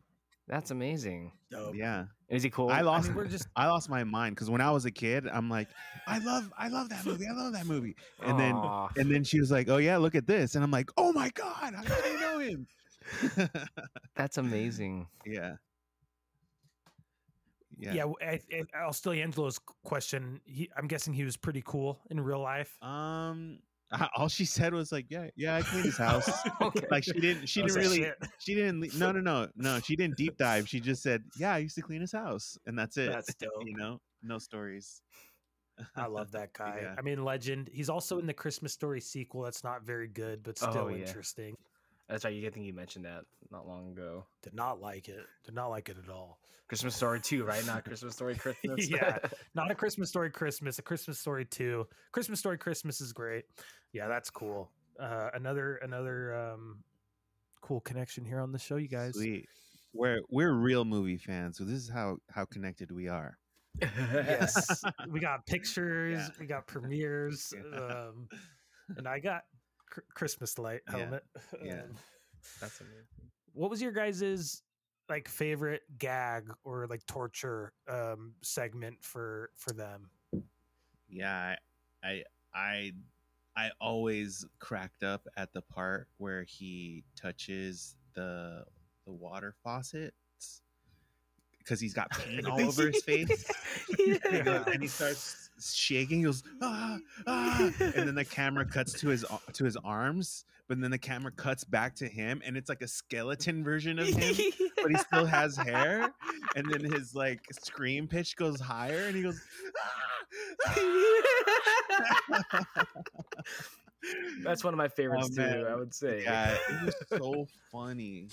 Speaker 3: That's amazing.
Speaker 1: dope.
Speaker 2: Yeah.
Speaker 3: Is he cool?
Speaker 2: I
Speaker 1: I
Speaker 2: lost
Speaker 1: mean, we're just
Speaker 2: I lost my mind because when I was a kid, I'm like, I love, I love that movie. I love that movie. And then,
Speaker 3: Aw.
Speaker 2: and then she was like, Oh yeah, look at this, and I'm like, Oh my god, how did I know him?
Speaker 3: that's amazing.
Speaker 2: yeah.
Speaker 1: yeah. I, I, I'll still Angelo's question. He, I'm guessing he was pretty cool in real life.
Speaker 2: Um, I- all she said was like, Yeah, yeah, I cleaned his house.
Speaker 3: Okay.
Speaker 2: like she didn't, she
Speaker 1: I was
Speaker 2: didn't
Speaker 1: like,
Speaker 2: really,
Speaker 1: "Shit."
Speaker 2: she didn't. le- No, no, no, no. She didn't deep dive. She just said, Yeah, I used to clean his house, and that's it.
Speaker 1: That's dope.
Speaker 2: you know, no stories.
Speaker 1: I love that guy.
Speaker 2: Yeah.
Speaker 1: I mean, legend. He's also in the Christmas Story sequel. That's not very good, but still
Speaker 3: Oh, yeah.
Speaker 1: interesting.
Speaker 3: That's right. You I think you mentioned that not long ago.
Speaker 1: Did not like it. Did not like it at all.
Speaker 3: Christmas Story too, right? Not Christmas Story Christmas.
Speaker 1: Yeah. not a Christmas Story Christmas, a Christmas Story two. Christmas Story Christmas is great. Yeah, that's cool. Uh, another another um, cool connection here on the show, you guys.
Speaker 2: Sweet. We're we're real movie fans, so this is how how connected we are.
Speaker 1: yes we got pictures we got premieres
Speaker 2: Yeah.
Speaker 1: um and i got cr- christmas light
Speaker 2: Yeah.
Speaker 1: helmet
Speaker 2: Yeah.
Speaker 1: Um,
Speaker 3: That's amazing.
Speaker 1: what was your guys's like favorite gag or like torture um segment for for them
Speaker 2: yeah I, I i i always cracked up at the part where he touches the the water faucets because he's got paint all over his face and, he goes- and he starts shaking he goes ah, ah, and then the camera cuts to his ar- to his arms but then the camera cuts back to him and it's like a skeleton version of him but he still has hair. And then his like scream pitch goes higher, and he goes. "Ah!"
Speaker 3: That's one of my favorites
Speaker 2: Oh,
Speaker 3: too. I
Speaker 2: man.
Speaker 3: would say.
Speaker 2: yeah, it was so funny.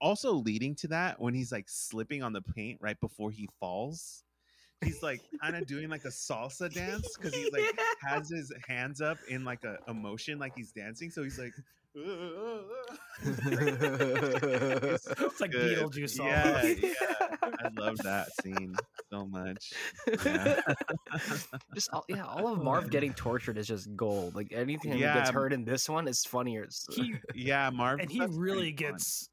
Speaker 2: Also, leading to that, when he's like slipping on the paint right before he falls, he's like kind of doing like a salsa dance because he's like has his hands up in like a emotion, like he's dancing. So he's like,
Speaker 3: It's
Speaker 1: it's like
Speaker 2: Good.
Speaker 1: beetlejuice all
Speaker 2: Yeah,
Speaker 1: over.
Speaker 2: yeah. I love that scene so much. Yeah.
Speaker 3: just all, yeah, all of Marv getting tortured is just gold. Like anything that
Speaker 2: Yeah,
Speaker 3: gets
Speaker 2: m-
Speaker 3: heard in this one is funnier. It's-
Speaker 1: he
Speaker 2: Yeah, Marv.
Speaker 1: and he
Speaker 2: that's pretty
Speaker 1: really
Speaker 2: fun.
Speaker 1: gets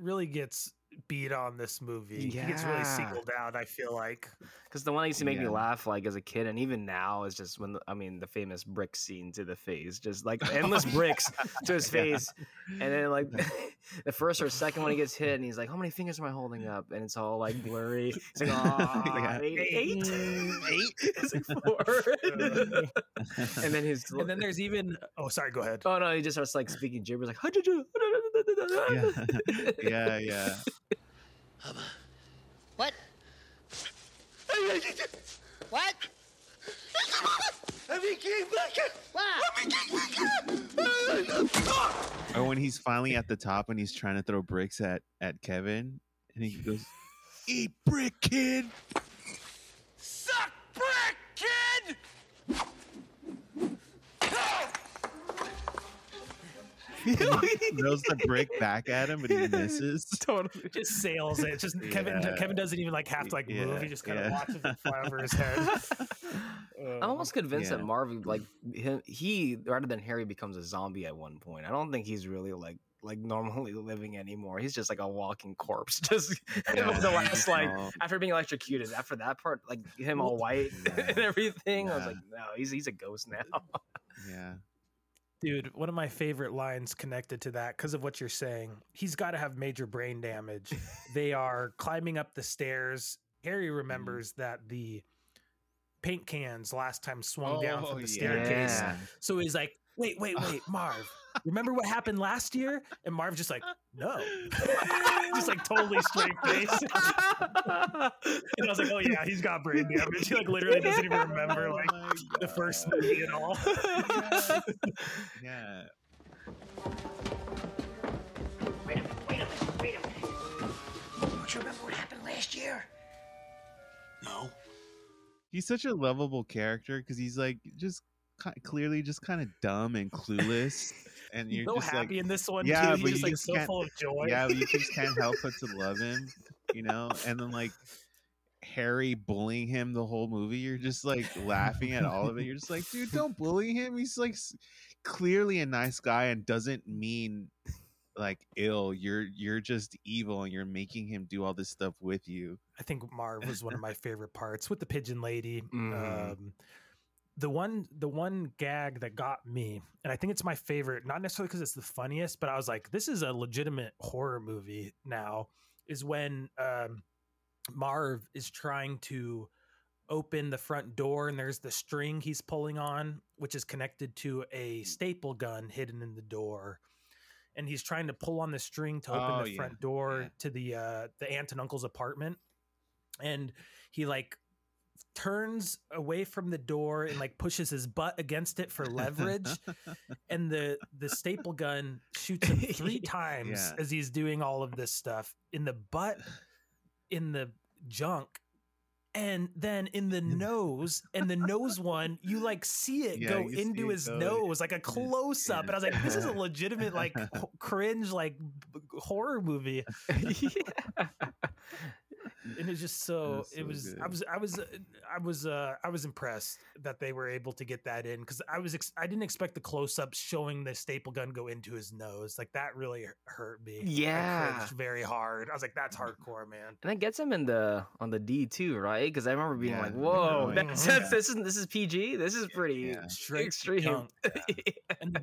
Speaker 1: really gets beat on this movie he gets really
Speaker 3: Yeah.
Speaker 1: singled out i feel like
Speaker 3: Because the one that used to make me
Speaker 2: Yeah.
Speaker 3: laugh like as a kid, and even now is just when the, I mean the famous brick scene to the face, just like endless bricks to his
Speaker 2: Yeah.
Speaker 3: face, and then like the first or second one he gets hit, and he's like, "How many fingers am I holding up?" And it's all like blurry. It's like, "Aw,
Speaker 2: Yeah.
Speaker 3: eight, eight,
Speaker 2: Mm,
Speaker 3: eight." It's like four. and then his
Speaker 1: and then there's even oh sorry go ahead
Speaker 3: oh no, he just starts like speaking gibberish, like "Hajuju, da-da-da-da-da-da."
Speaker 2: yeah, yeah.
Speaker 4: What? What? What?
Speaker 2: Or when he's finally at the top and he's trying to throw bricks at at Kevin, and he goes, "Eat brick, kid." Throws the brick back at him, but he misses.
Speaker 3: totally.
Speaker 1: just sails it just kevin
Speaker 2: Yeah.
Speaker 1: kevin doesn't even like have to like move he
Speaker 2: Yeah,
Speaker 1: just kind of
Speaker 2: yeah.
Speaker 1: watches it fly over his head
Speaker 3: I'm almost convinced that
Speaker 2: Uh, yeah.
Speaker 3: Marv, like him, he rather than Harry becomes a zombie at one point. I don't think he's really like like normally living anymore. He's just like a walking corpse. Just
Speaker 2: Yeah,
Speaker 3: the
Speaker 2: he
Speaker 3: last
Speaker 2: just
Speaker 3: like
Speaker 2: all-
Speaker 3: after being electrocuted, after that part, like him all white and
Speaker 2: Yeah.
Speaker 3: everything. I was
Speaker 2: Yeah.
Speaker 3: like, no, he's he's a ghost now.
Speaker 2: yeah,
Speaker 1: Dude, one of my favorite lines connected to that because of what you're saying. He's got to have major brain damage. they are climbing up the stairs. Harry
Speaker 2: Mm.
Speaker 1: remembers that the paint cans last time swung down
Speaker 2: Oh,
Speaker 1: from the staircase.
Speaker 3: yeah.
Speaker 1: So he's like, wait, wait, wait, Marv, remember what happened last year? And Marv just like, no. just like totally straight face. and I was like, oh yeah, he's got brain damage. He like literally doesn't even remember like
Speaker 2: Oh my
Speaker 1: the first
Speaker 2: God.
Speaker 1: movie at all.
Speaker 2: Yeah.
Speaker 4: Wait a minute, wait a minute, wait a minute. Don't you remember what happened last year?
Speaker 5: No.
Speaker 2: he's such a lovable character because he's like just ki- clearly just kind of dumb and clueless and you're
Speaker 1: so
Speaker 2: just
Speaker 1: happy
Speaker 2: like
Speaker 1: in this one
Speaker 2: yeah,
Speaker 1: too.
Speaker 2: but
Speaker 1: He's just
Speaker 2: you
Speaker 1: like
Speaker 2: just
Speaker 1: so
Speaker 2: can't-
Speaker 1: full of joy.
Speaker 2: yeah but you just can't help but to love him you know and then like harry bullying him the whole movie you're just like laughing at all of it you're just like dude don't bully him he's like s- clearly a nice guy and doesn't mean like ill you're you're just evil and you're making him do all this stuff with you
Speaker 1: I think Marv was one of my favorite parts with the pigeon lady.
Speaker 3: Mhm.
Speaker 1: Um, the one, the one gag that got me, and I think it's my favorite, not necessarily because it's the funniest, but I was like, this is a legitimate horror movie now. Is when um, Marv is trying to open the front door, and there's the string he's pulling on, which is connected to a staple gun hidden in the door. And he's trying to pull on the string to open
Speaker 2: Oh,
Speaker 1: the
Speaker 2: yeah.
Speaker 1: front door
Speaker 2: Yeah.
Speaker 1: to the uh, the aunt and uncle's apartment, and he like turns away from the door and like pushes his butt against it for leverage and the the staple gun shoots him three times
Speaker 2: Yeah.
Speaker 1: as he's doing all of this stuff in the butt in the junk and then in the nose and the nose one you like see it
Speaker 2: Yeah,
Speaker 1: go
Speaker 2: you see
Speaker 1: into
Speaker 2: it
Speaker 1: his
Speaker 2: go.
Speaker 1: nose like a close up and i was like this is a legitimate like ho- cringe like b- horror movie and it's just so
Speaker 2: That's
Speaker 1: it
Speaker 2: so
Speaker 1: was i
Speaker 2: good.
Speaker 1: was i was uh, i was uh i was impressed that they were able to get that in because i was ex- i didn't expect the close-up showing the staple gun go into his nose like that really hurt me I
Speaker 3: Yeah.
Speaker 1: cringed very hard i was like that's hardcore man
Speaker 3: And that gets him in the on the D too, right? Because I remember being
Speaker 2: Yeah,
Speaker 3: like,
Speaker 2: the
Speaker 3: "Whoa,
Speaker 1: drawing.
Speaker 3: that's, that's, this is this is PG. This is pretty
Speaker 2: Yeah.
Speaker 1: straight
Speaker 3: extreme."
Speaker 1: junk. And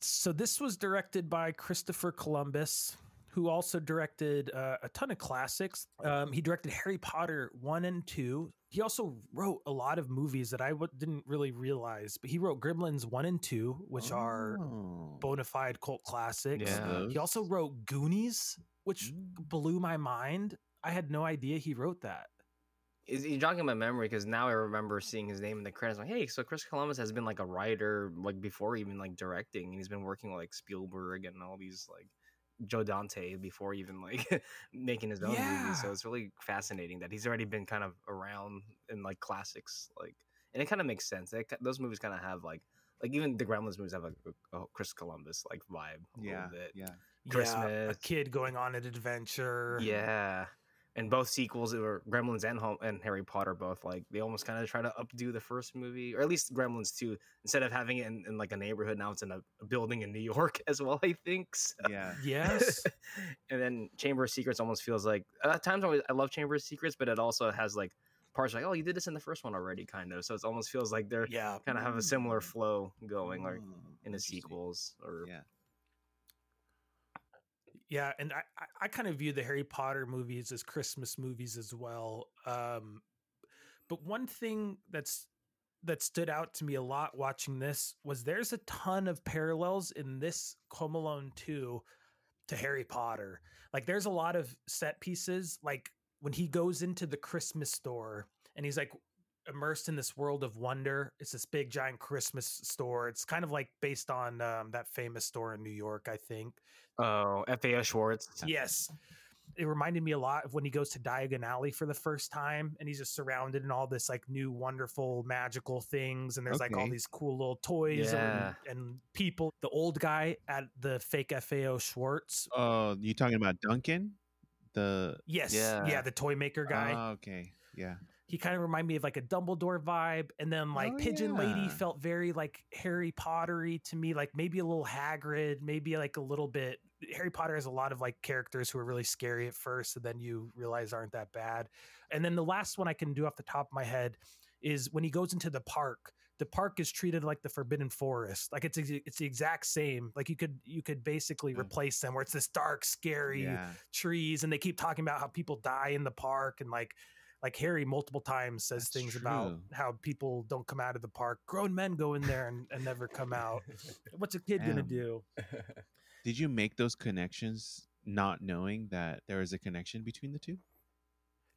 Speaker 1: so this was directed by Christopher Columbus, who also directed uh, a ton of classics. Um, he directed Harry Potter one and two. He also wrote a lot of movies that I w- didn't really realize, but he wrote Gremlins one and two, which are
Speaker 2: Oh.
Speaker 1: bona fide cult classics.
Speaker 3: Yeah.
Speaker 1: He also wrote Goonies, which blew my mind. I had no idea he wrote that.
Speaker 3: Is you jogging my memory because now I remember seeing his name in the credits. Like, hey, so Chris Columbus has been like a writer, like before even like directing, and he's been working with like Spielberg and all these like Joe Dante before even like making his own movies. So
Speaker 1: Yeah.
Speaker 3: it's really fascinating that he's already been kind of around in like classics, like, and it kind of makes sense. They, ki- those movies kind of have like, like even the Gremlins movies have like, a, a Chris Columbus like vibe a
Speaker 2: yeah,
Speaker 3: little bit.
Speaker 2: yeah.
Speaker 1: Yeah, a
Speaker 3: Christmas.
Speaker 1: kid going on an adventure.
Speaker 3: Yeah. And both sequels it were Gremlins and Home and Harry Potter both like they almost kind of try to updo the first movie or at least Gremlins 2 instead of having it in, in like a neighborhood now it's in a, a building in New York as well I think so.
Speaker 2: Yeah.
Speaker 1: Yes.
Speaker 3: and then Chamber of Secrets almost feels like at times I always, I love Chamber of Secrets but it also has like parts like oh you did this in the first one already kind of so it almost feels like they're
Speaker 1: yeah.
Speaker 3: kind of have a similar flow going like
Speaker 2: Oh,
Speaker 3: in the
Speaker 2: interesting.
Speaker 3: sequels or
Speaker 2: Yeah.
Speaker 1: Yeah, and I, I- I kind of view the Harry Potter movies as Christmas movies as well. Um, but one thing that's that stood out to me a lot watching this was there's a ton of parallels in this Home Alone 2 to Harry Potter. Like there's a lot of set pieces, like when he goes into the Christmas store and he's like immersed in this world of wonder. It's this big giant Christmas store. It's kind of like based on um, that famous store in New York, I think.
Speaker 3: oh FAO Schwartz
Speaker 1: Yes. It reminded me a lot of when he goes to Diagon Alley for the first time and he's just surrounded in all this like new wonderful magical things and there's like all
Speaker 2: Okay.
Speaker 1: these cool little toys
Speaker 3: Yeah.
Speaker 1: and, and people. The old guy at the fake FAO Schwartz.
Speaker 2: Oh, you talking about Duncan? The
Speaker 1: Yes. Yeah,
Speaker 3: Yeah.
Speaker 1: the toy maker guy.
Speaker 2: Oh, okay. Yeah.
Speaker 1: he kind of reminded me of like a Dumbledore vibe. And then like
Speaker 2: Oh,
Speaker 1: Pigeon Lady
Speaker 2: yeah.
Speaker 1: felt very like Harry Pottery to me, like maybe a little Hagrid, maybe like a little bit. Harry Potter has a lot of like characters who are really scary at first, and then you realize aren't that bad. And then the last one I can do off the top of my head is when he goes into the park. The park is treated like the Forbidden Forest, like it's ex- it's the exact same. Like you could you could basically
Speaker 2: Yeah.
Speaker 1: replace them where it's this dark, scary,
Speaker 2: Hmm. Yeah.
Speaker 1: trees and they keep talking about how people die in the park and like like harry multiple times says
Speaker 2: That's
Speaker 1: things about
Speaker 2: true.
Speaker 1: how people don't come out of the park grown men go in there and, and never come out what's a kid gonna
Speaker 2: Damn.
Speaker 1: do
Speaker 2: Did you make those connections not knowing that there is a connection between the two?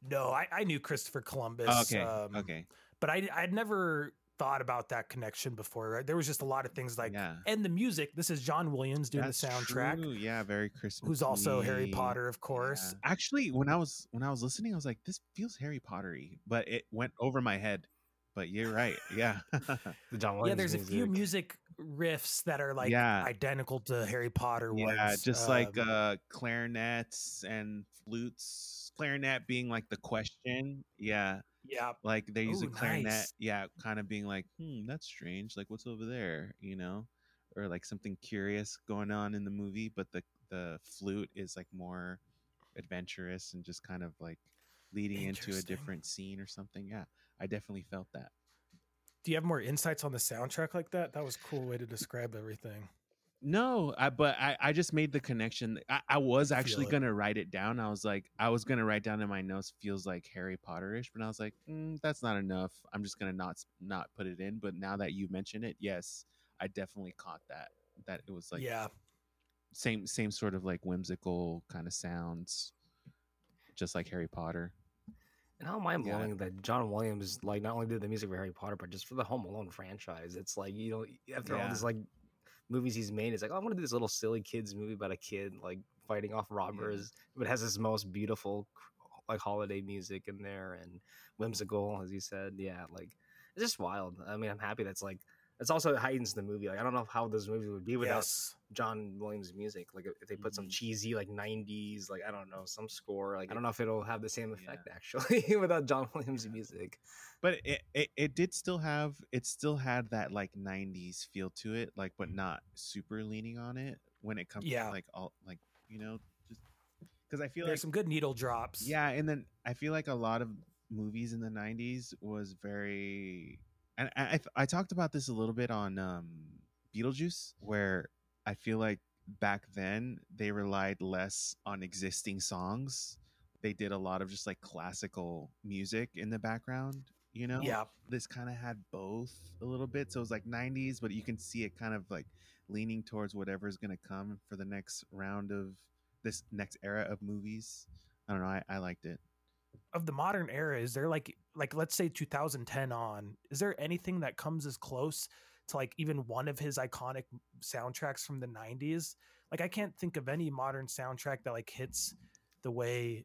Speaker 1: no i, I knew christopher columbus
Speaker 2: okay.
Speaker 1: um,
Speaker 2: okay.
Speaker 1: but i i'd never thought about that connection before right? there was just a lot of things like
Speaker 2: yeah.
Speaker 1: and the music this is john williams doing
Speaker 2: That's
Speaker 1: the soundtrack
Speaker 2: true. Yeah, very Christmas.
Speaker 1: who's also harry potter of course
Speaker 2: Actually, when I was when I was listening, I was like, this feels Harry Pottery, but it went over my head. But you're right. Yeah.
Speaker 3: the John
Speaker 1: yeah
Speaker 3: Williams
Speaker 1: there's a few
Speaker 3: music.
Speaker 1: music riffs that are like
Speaker 2: Yeah.
Speaker 1: identical to harry potter ones
Speaker 2: yeah, just like
Speaker 1: um,
Speaker 2: uh clarinets and flutes. Clarinet being like the question. Yeah.
Speaker 1: yeah
Speaker 2: Like they're using
Speaker 1: Ooh,
Speaker 2: clarinet.
Speaker 1: nice.
Speaker 2: Yeah, kind of being like, hmm, that's strange. Like what's over there? You know? Or like something curious going on in the movie, but the the flute is like more adventurous and just kind of like leading into a
Speaker 1: Interesting.
Speaker 2: different scene or something. Yeah. I definitely felt that.
Speaker 1: do you have more insights on the soundtrack like that that was a cool way to describe everything
Speaker 2: No, I but I, I just made the connection. I, I was
Speaker 1: Feel
Speaker 2: actually
Speaker 1: it.
Speaker 2: gonna write it down. I was like, I was gonna write down in my notes feels like Harry Potterish, but I was like, mm, that's not enough. I'm just gonna not s- not put it in. But now that you mention it, yes, I definitely caught that. That it was like
Speaker 1: yeah
Speaker 2: same same sort of like whimsical kind of sounds, just like Harry Potter.
Speaker 3: And how mind
Speaker 2: Yeah.
Speaker 3: blowing that John Williams like not only did the music for Harry Potter, but just for the Home Alone franchise. It's like you know after all
Speaker 2: Yeah.
Speaker 3: these like movies he's made, it's like oh, I want to do this little silly kids movie about a kid like fighting off robbers, but it has this most beautiful cr- like holiday music in there and whimsical, as you said. Yeah, like it's just wild. I mean, I'm happy that's like. It's also heightens the movie. Like I don't know how this movie would be without
Speaker 1: yes.
Speaker 3: John Williams music. Like if they put some
Speaker 2: Mhm.
Speaker 3: cheesy like '90s, like I don't know, some score. Like I don't know if it'll have the same effect actually without John Williams music.
Speaker 2: but it, it it did still have it still had that like 90s feel to it like but not super leaning on it when it comes
Speaker 1: Yeah.
Speaker 2: to like all like you know just because i feel
Speaker 1: There's
Speaker 2: like
Speaker 1: some good needle drops.
Speaker 2: yeah and then i feel like a lot of movies in the 90s was very and i i, I talked about this a little bit on um beetlejuice where i feel like back then they relied less on existing songs they did a lot of just like classical music in the background you know
Speaker 1: Yeah.
Speaker 2: this kind of had both a little bit. So it was like 90s, but you can see it kind of like leaning towards whatever's going to come for the next round of this next era of movies. I don't know. I, I liked it.
Speaker 1: Of the modern era, is there like like let's say 2010 on, is there anything that comes as close to like even one of his iconic soundtracks from the 90s? Like I can't think of any modern soundtrack that like hits the way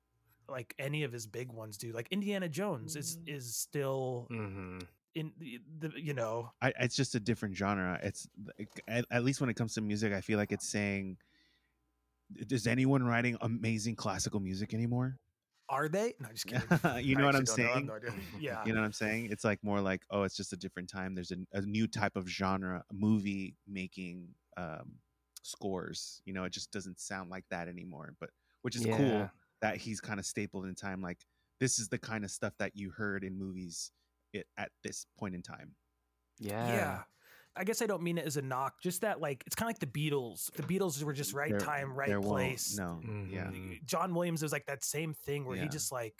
Speaker 1: like any of his big ones do. Like Indiana Jones
Speaker 2: Mm.
Speaker 1: is is still
Speaker 3: Mm-hmm.
Speaker 1: in the, the you know
Speaker 2: I, it's just a different genre. It's at, at least when it comes to music, I feel like it's saying, is anyone writing amazing classical music anymore?
Speaker 1: are they? No, just
Speaker 2: you
Speaker 1: kidding.
Speaker 2: know what I'm saying?
Speaker 1: yeah.
Speaker 2: You know what I'm saying? It's like more like, oh, it's just a different time. There's a, a new type of genre, movie making um, scores. You know, it just doesn't sound like that anymore. But which is cool that he's kind of stapled in time. Like this is the kind of stuff that you heard in movies it, at this point in time.
Speaker 3: Yeah.
Speaker 1: yeah. I guess I don't mean it as a knock. Just that, like, it's kind of like the Beatles. The Beatles were just right
Speaker 2: There-
Speaker 1: time, right
Speaker 2: there won't-
Speaker 1: place.
Speaker 2: No, yeah,
Speaker 3: Mhm.
Speaker 1: John Williams was like that same thing where he
Speaker 2: Yeah.
Speaker 1: just like,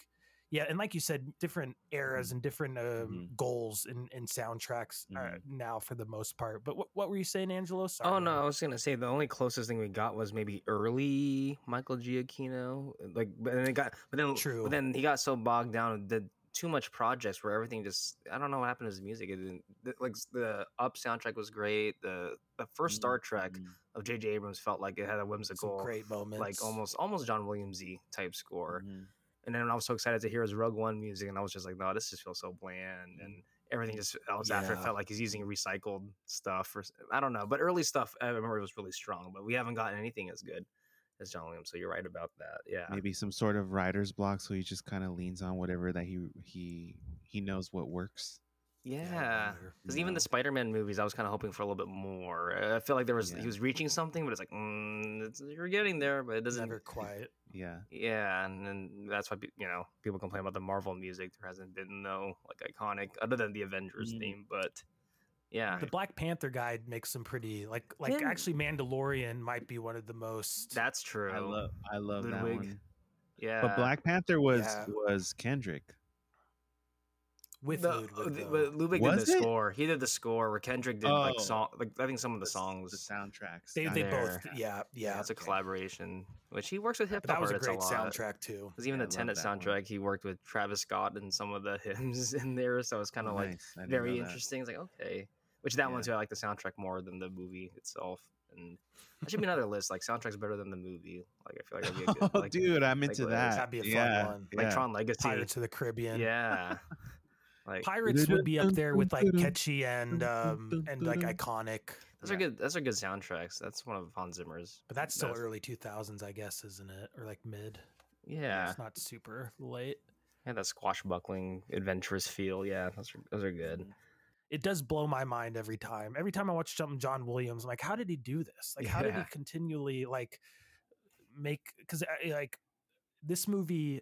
Speaker 1: yeah, and like you said, different eras
Speaker 2: Mhm.
Speaker 1: and different um,
Speaker 2: Mhm.
Speaker 1: goals and, and soundtracks uh,
Speaker 2: Mhm.
Speaker 1: now for the most part. But what, what were you saying, Angelo? Sorry,
Speaker 3: Oh
Speaker 1: man.
Speaker 3: no, I was gonna say the only closest thing we got was maybe early Michael Giacchino. Like, but then it got, but then,
Speaker 1: True.
Speaker 3: but then he got so bogged down and did too much projects where everything just I don't know what happened to his music. It didn't the- like the Up soundtrack was great. The the first Star Trek
Speaker 2: Mhm.
Speaker 3: of J.J. Abrams felt like it had a
Speaker 1: Some
Speaker 3: whimsical,
Speaker 1: great moments.
Speaker 3: like almost almost John Williamsy type score.
Speaker 2: Mhm.
Speaker 3: And then I was so excited to hear his Rogue One music, and I was just like, no, this just feels so bland, and everything just else after it
Speaker 1: Yeah.
Speaker 3: felt like he's using recycled stuff or s- I don't know. But early stuff I remember it was really strong, but we haven't gotten anything as good as John Williams. So you're right about that. Yeah.
Speaker 1: ah.
Speaker 2: Maybe some sort of writer's block, so he just kind of leans on whatever that he he he knows what works.
Speaker 1: I
Speaker 3: Yeah.
Speaker 1: wonder.
Speaker 3: Because even the Spider-Man movies, I was kind of hoping for a little bit more. Uh, I feel like there was
Speaker 2: Yeah.
Speaker 3: he was reaching something, but it's like mm, it's, you're getting there, but it doesn't.
Speaker 1: never quiet.
Speaker 2: Yeah.
Speaker 3: Yeah, and then that's why pe- you know people complain about the Marvel music. There hasn't been no like iconic other than the Avengers
Speaker 2: Mm.
Speaker 3: theme, but yeah,
Speaker 1: The Black Panther guide makes some pretty like like
Speaker 3: Didn't-
Speaker 1: actually Mandalorian might be one of the most.
Speaker 3: that's true.
Speaker 2: I love I love that
Speaker 3: Ludwig.
Speaker 2: one.
Speaker 3: yeah,
Speaker 2: But Black Panther was
Speaker 1: Yeah.
Speaker 2: was Kendrick.
Speaker 1: with
Speaker 3: the,
Speaker 1: Ludwig,
Speaker 3: uh, the-
Speaker 1: though.
Speaker 3: but Ludwig did
Speaker 2: Was
Speaker 3: the
Speaker 2: it?
Speaker 3: score. He did the score. Where Kendrick did like
Speaker 2: Oh.
Speaker 3: song, like I think some of the
Speaker 2: s-
Speaker 3: songs.
Speaker 2: the soundtracks.
Speaker 1: They,
Speaker 2: got
Speaker 1: they
Speaker 2: it.
Speaker 1: both,
Speaker 3: There.
Speaker 1: yeah, yeah.
Speaker 3: it's a
Speaker 2: okay.
Speaker 3: collaboration, which he works with hip
Speaker 1: But
Speaker 3: hop
Speaker 1: that was a
Speaker 3: artists
Speaker 1: great
Speaker 3: lot.
Speaker 1: soundtrack too.
Speaker 3: Because even
Speaker 2: Yeah, I
Speaker 3: the
Speaker 2: love
Speaker 3: Tenet
Speaker 2: that one.
Speaker 3: soundtrack, he worked with Travis Scott and some of the hymns in there, so it's kind of like
Speaker 2: Nice. I didn't
Speaker 3: very
Speaker 2: know that.
Speaker 3: interesting. It's like okay, which that one
Speaker 2: Yeah.
Speaker 3: too. I like the soundtrack more than the movie itself, and that should be another list. Like soundtrack's better than the movie. Like I feel like that'd be a good.
Speaker 2: oh,
Speaker 3: Like,
Speaker 2: dude, I'm
Speaker 3: like
Speaker 2: into
Speaker 3: what it is.
Speaker 2: that.
Speaker 1: That'd be a fun
Speaker 2: yeah,
Speaker 1: one.
Speaker 2: Yeah.
Speaker 3: like Tron Legacy.
Speaker 1: Pirates of the Caribbean.
Speaker 3: Yeah, like
Speaker 1: Pirates would be up there with like catchy and um and like iconic.
Speaker 3: those are good. Those are good soundtracks. That's one of Hans Zimmer's.
Speaker 1: But that's still
Speaker 3: best.
Speaker 1: early 2000s, I guess, isn't it? Or like mid.
Speaker 3: Yeah,
Speaker 1: It's not super late.
Speaker 3: yeah, that squashbuckling adventurous feel. Yeah, those are, those are good.
Speaker 1: It does blow my mind every time. Every time I watch something John Williams, I'm like, how did he do this? Like, how did he
Speaker 3: Yeah.
Speaker 1: continually like make? Because like this movie,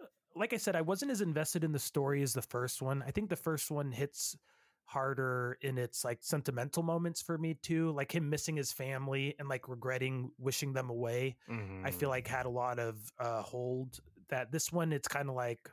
Speaker 1: uh, like I said, I wasn't as invested in the story as the first one. I think the first one hits harder in its like sentimental moments for me too, like him missing his family and like regretting wishing them away. I
Speaker 3: Mm-hmm.
Speaker 1: feel like had a lot of uh, hold. That this one, it's kind of like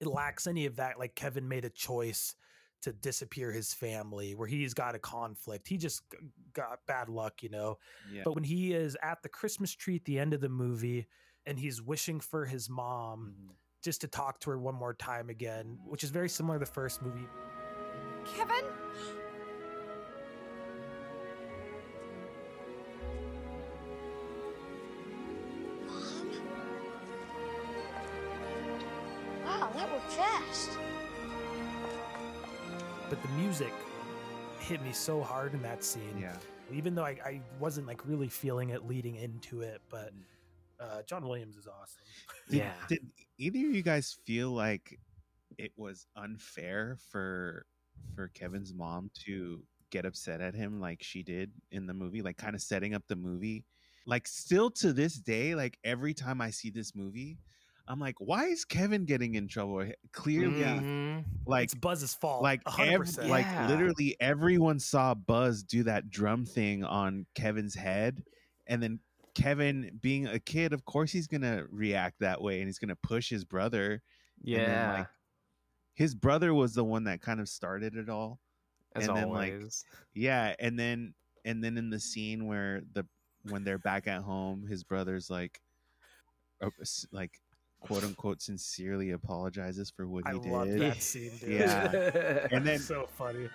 Speaker 1: it lacks any of that. Like Kevin made a choice to disappear his family, where he's got a conflict. He just g- got bad luck, you know.
Speaker 2: Yeah.
Speaker 1: But when he is at the Christmas tree at the end of the movie, and he's wishing for his mom,
Speaker 2: Mhm.
Speaker 1: just to talk to her one more time again, which is very similar to the first movie.
Speaker 6: Kevin?
Speaker 4: Mom? Wow, that worked fast.
Speaker 1: But the music hit me so hard in that scene.
Speaker 2: Yeah.
Speaker 1: Even though I, I wasn't like really feeling it leading into it, but
Speaker 3: Mm.
Speaker 1: uh, John Williams is awesome.
Speaker 2: Did,
Speaker 3: Yeah.
Speaker 2: did either of you guys feel like it was unfair for for Kevin's mom to get upset at him like she did in the movie, like kind of setting up the movie? Like still to this day, like every time I see this movie, I'm like, why is Kevin getting in trouble? Clearly,
Speaker 3: Mhm.
Speaker 2: like
Speaker 1: it's Buzz's fault.
Speaker 2: like ev-
Speaker 1: 100%.
Speaker 2: like
Speaker 3: Yeah.
Speaker 2: literally everyone saw Buzz do that drum thing on Kevin's head, and then Kevin, being a kid, of course he's gonna react that way, and he's gonna push his brother.
Speaker 3: Yeah.
Speaker 2: then, like, His brother was the one that kind of started it all.
Speaker 3: as
Speaker 2: and then, like,
Speaker 3: always.
Speaker 2: Yeah, and then and then in the scene where the when they're back at home, his brother's like, uh, s- like quote unquote sincerely apologizes for what
Speaker 1: I
Speaker 2: he
Speaker 1: love
Speaker 2: did.
Speaker 1: that scene, dude.
Speaker 2: Yeah. And then
Speaker 1: so funny.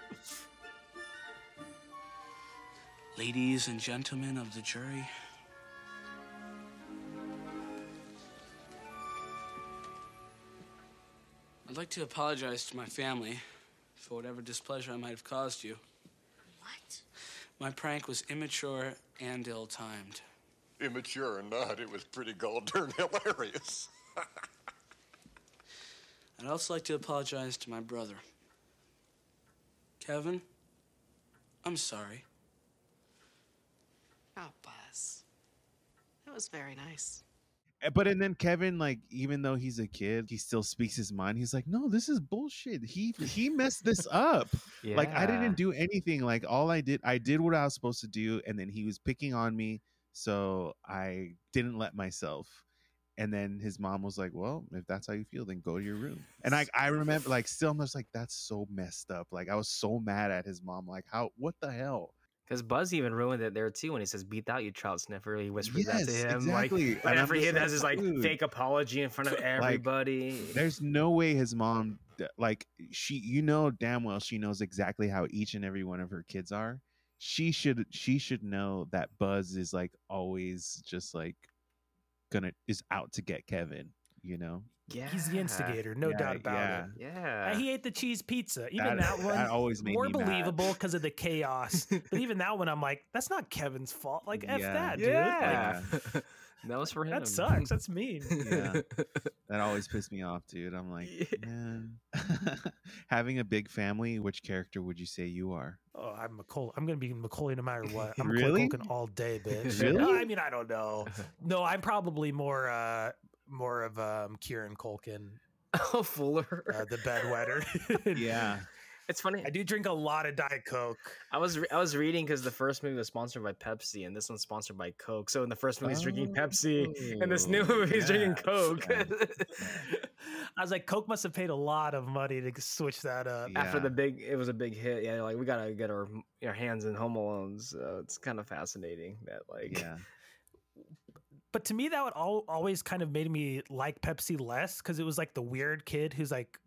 Speaker 5: Ladies and gentlemen of the jury, I'd like to apologize to my family for whatever displeasure I might have caused you.
Speaker 4: What?
Speaker 5: My prank was immature and ill timed.
Speaker 7: Immature or not, it was pretty goddamn hilarious.
Speaker 5: I'd also like to apologize to my brother. Kevin, I'm sorry.
Speaker 8: Oh, Buzz. That was very nice.
Speaker 2: Uh, but and then Kevin, like, even though he's a kid, he still speaks his mind. He's like, "No, this is bullshit. He he messed this up. Like, I didn't do anything. Like, all I did, I did what I was supposed to do, and then he was picking on me, so I didn't let myself." And then his mom was like, "Well, if that's how you feel, then go to your room." And I I remember, like, still, I'm just like, "That's so messed up." Like, I was so mad at his mom. Like, how? What the hell?
Speaker 3: Because Buzz even ruined it there too when he says, "Beat out you trout sniffer." He whispers that to
Speaker 2: Yes,
Speaker 3: him.
Speaker 2: exactly.
Speaker 3: Like
Speaker 2: And I'm
Speaker 3: whenever he
Speaker 2: just
Speaker 3: has his like
Speaker 2: "Dude."
Speaker 3: fake apology in front of everybody.
Speaker 2: There's no way his mom, d- like she, you know damn well she knows exactly how each and every one of her kids are. She should, she should know that Buzz is like always just like gonna is out to get Kevin. You know,
Speaker 3: yeah,
Speaker 1: He's the instigator, no
Speaker 2: Yeah,
Speaker 1: doubt about
Speaker 2: yeah.
Speaker 1: it. Uh,
Speaker 3: Yeah,
Speaker 1: He ate the cheese pizza. Even that,
Speaker 2: that,
Speaker 1: one,
Speaker 2: that always made
Speaker 1: more
Speaker 2: me mad.
Speaker 1: believable because of the chaos. but even that one, I'm like, that's not Kevin's fault. Like, f
Speaker 2: Yeah.
Speaker 1: that, dude.
Speaker 3: yeah. that was for
Speaker 1: Like,
Speaker 3: him.
Speaker 1: that sucks. That's mean.
Speaker 2: Yeah. That always pissed me off, dude. I'm like,
Speaker 3: Yeah.
Speaker 2: man, having a big family. Which character would you say you are?
Speaker 1: Oh, I'm Macaulay. I'm gonna be Macaulay no matter what. I'm
Speaker 2: Really?
Speaker 1: Macaulay Culkin all day, bitch.
Speaker 2: Really?
Speaker 1: No, I mean, I don't know. No, I'm probably more uh more of um Kieran Culkin,
Speaker 3: oh, Fuller.
Speaker 1: uh, the bedwetter.
Speaker 2: Yeah,
Speaker 3: it's funny.
Speaker 1: I do drink a lot of Diet Coke.
Speaker 3: I was re- I was reading because the first movie was sponsored by Pepsi and this one's sponsored by Coke. So in the first movie, he's drinking Pepsi, and this new
Speaker 2: Oh,
Speaker 3: movie, he's drinking
Speaker 2: yeah.
Speaker 3: Coke.
Speaker 2: Yeah.
Speaker 1: I was like, Coke must have paid a lot of money to switch that up.
Speaker 3: after
Speaker 2: Yeah.
Speaker 3: the big it was a big hit yeah like we gotta get our our hands in home alone so it's kind of fascinating that like
Speaker 2: yeah.
Speaker 1: but to me that would all, always kind of made me like pepsi less because it was like the weird kid who's like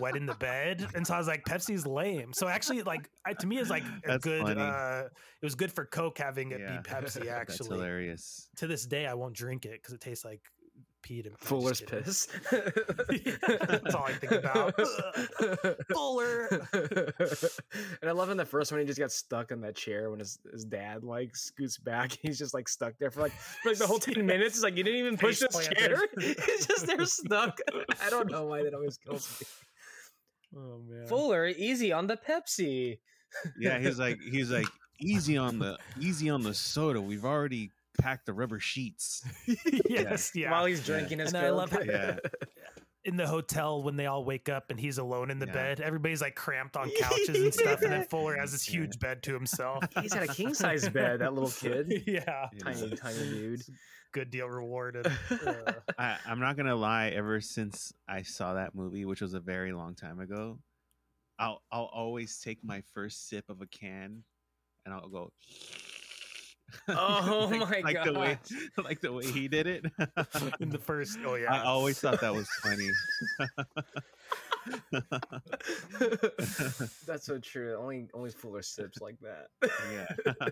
Speaker 1: wet in the bed and so i was like pepsi's lame so actually like I, to me it's like a
Speaker 2: That's
Speaker 1: good
Speaker 2: funny.
Speaker 1: uh it was good for coke having it
Speaker 2: Yeah.
Speaker 1: be pepsi
Speaker 2: That's
Speaker 1: actually
Speaker 2: hilarious.
Speaker 1: to this day i won't drink it because it tastes like pee to me. I'm just
Speaker 3: fuller's
Speaker 1: kidding.
Speaker 3: piss
Speaker 1: that's all I think about. fuller
Speaker 3: and I love in the first one he just got stuck in that chair when his, his dad like scoots back. He's just like stuck there for like for like the whole ten minutes. It's like you didn't even push
Speaker 1: Face
Speaker 3: this chair.
Speaker 1: planted.
Speaker 3: He's just there stuck. I don't know why that always kills me.
Speaker 1: oh man
Speaker 3: Fuller, easy on the Pepsi.
Speaker 2: Yeah, he's like he's like easy on the easy on the soda. We've already packed the rubber sheets.
Speaker 1: yes yeah
Speaker 3: while he's drinking his
Speaker 1: And I love
Speaker 3: Coke.
Speaker 1: how-
Speaker 2: Yeah.
Speaker 1: in the hotel when they all wake up and he's alone in the
Speaker 2: Yeah.
Speaker 1: bed everybody's like cramped on couches and stuff and then fuller has this
Speaker 2: Yeah.
Speaker 1: huge bed to himself
Speaker 3: He's had a king size bed, that little kid.
Speaker 1: yeah
Speaker 3: Tiny, tiny dude.
Speaker 1: good deal rewarded Uh,
Speaker 2: I, I'm not gonna lie. Ever since I saw that movie, which was a very long time ago, I'll I'll always take my first sip of a can, and I'll go.
Speaker 3: Oh my
Speaker 2: like the way,
Speaker 3: God.
Speaker 2: like the way he did it.
Speaker 1: in the first. Oh yeah,
Speaker 2: I always thought that was funny.
Speaker 3: That's so true. Only only Fuller sips like that.
Speaker 2: yeah.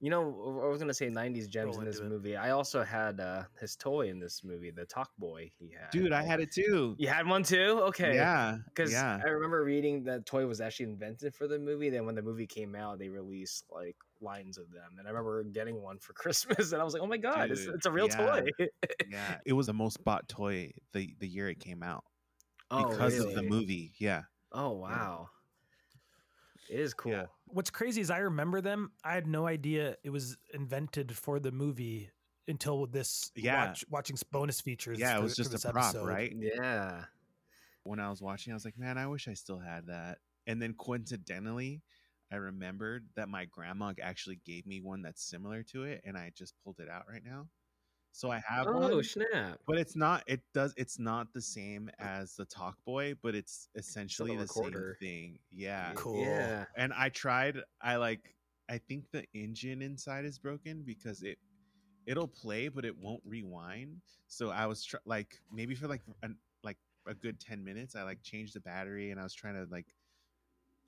Speaker 3: You know, I was gonna say '90s gems
Speaker 1: Roll
Speaker 3: in this
Speaker 1: into it.
Speaker 3: movie. I also had uh, his toy in this movie, the Talk Boy he had.
Speaker 2: Dude, I had it too.
Speaker 3: You had one too? Okay.
Speaker 2: Yeah.
Speaker 3: Because
Speaker 2: yeah.
Speaker 3: I remember reading that toy was actually invented for the movie. Then when the movie came out, they released like lines of them, and I remember getting one for Christmas, and I was like, "Oh my god, it's,
Speaker 2: Dude,
Speaker 3: it's a real
Speaker 2: yeah.
Speaker 3: toy!"
Speaker 2: yeah. It was the most bought toy the, the year it came out
Speaker 3: Oh,
Speaker 2: because of the
Speaker 3: really?
Speaker 2: movie. Yeah.
Speaker 3: Oh wow, it is cool.
Speaker 1: What's crazy is I remember them. I had no idea it was invented for the movie until with this.
Speaker 2: Yeah.
Speaker 1: watch, watching s- bonus features.
Speaker 2: Yeah. It
Speaker 1: for-
Speaker 2: was
Speaker 1: for
Speaker 2: just
Speaker 1: this
Speaker 2: a prop,
Speaker 1: episode.
Speaker 2: right?
Speaker 3: Yeah.
Speaker 2: when I was watching, I was like, man, I wish I still had that. And then coincidentally, I remembered that my grandma actually gave me one that's similar to it, and I just pulled it out right now. So I have one,
Speaker 3: Oh snap!
Speaker 2: but it's not. It does. It's not the same as the Talk Boy, but it's essentially the same
Speaker 3: recorder.
Speaker 2: thing. Yeah.
Speaker 1: Cool.
Speaker 3: Yeah.
Speaker 2: And I tried. I like. I think the engine inside is broken because it it'll play, but it won't rewind. So I was tr- like, maybe for like an, like a good ten minutes, I like changed the battery, and I was trying to like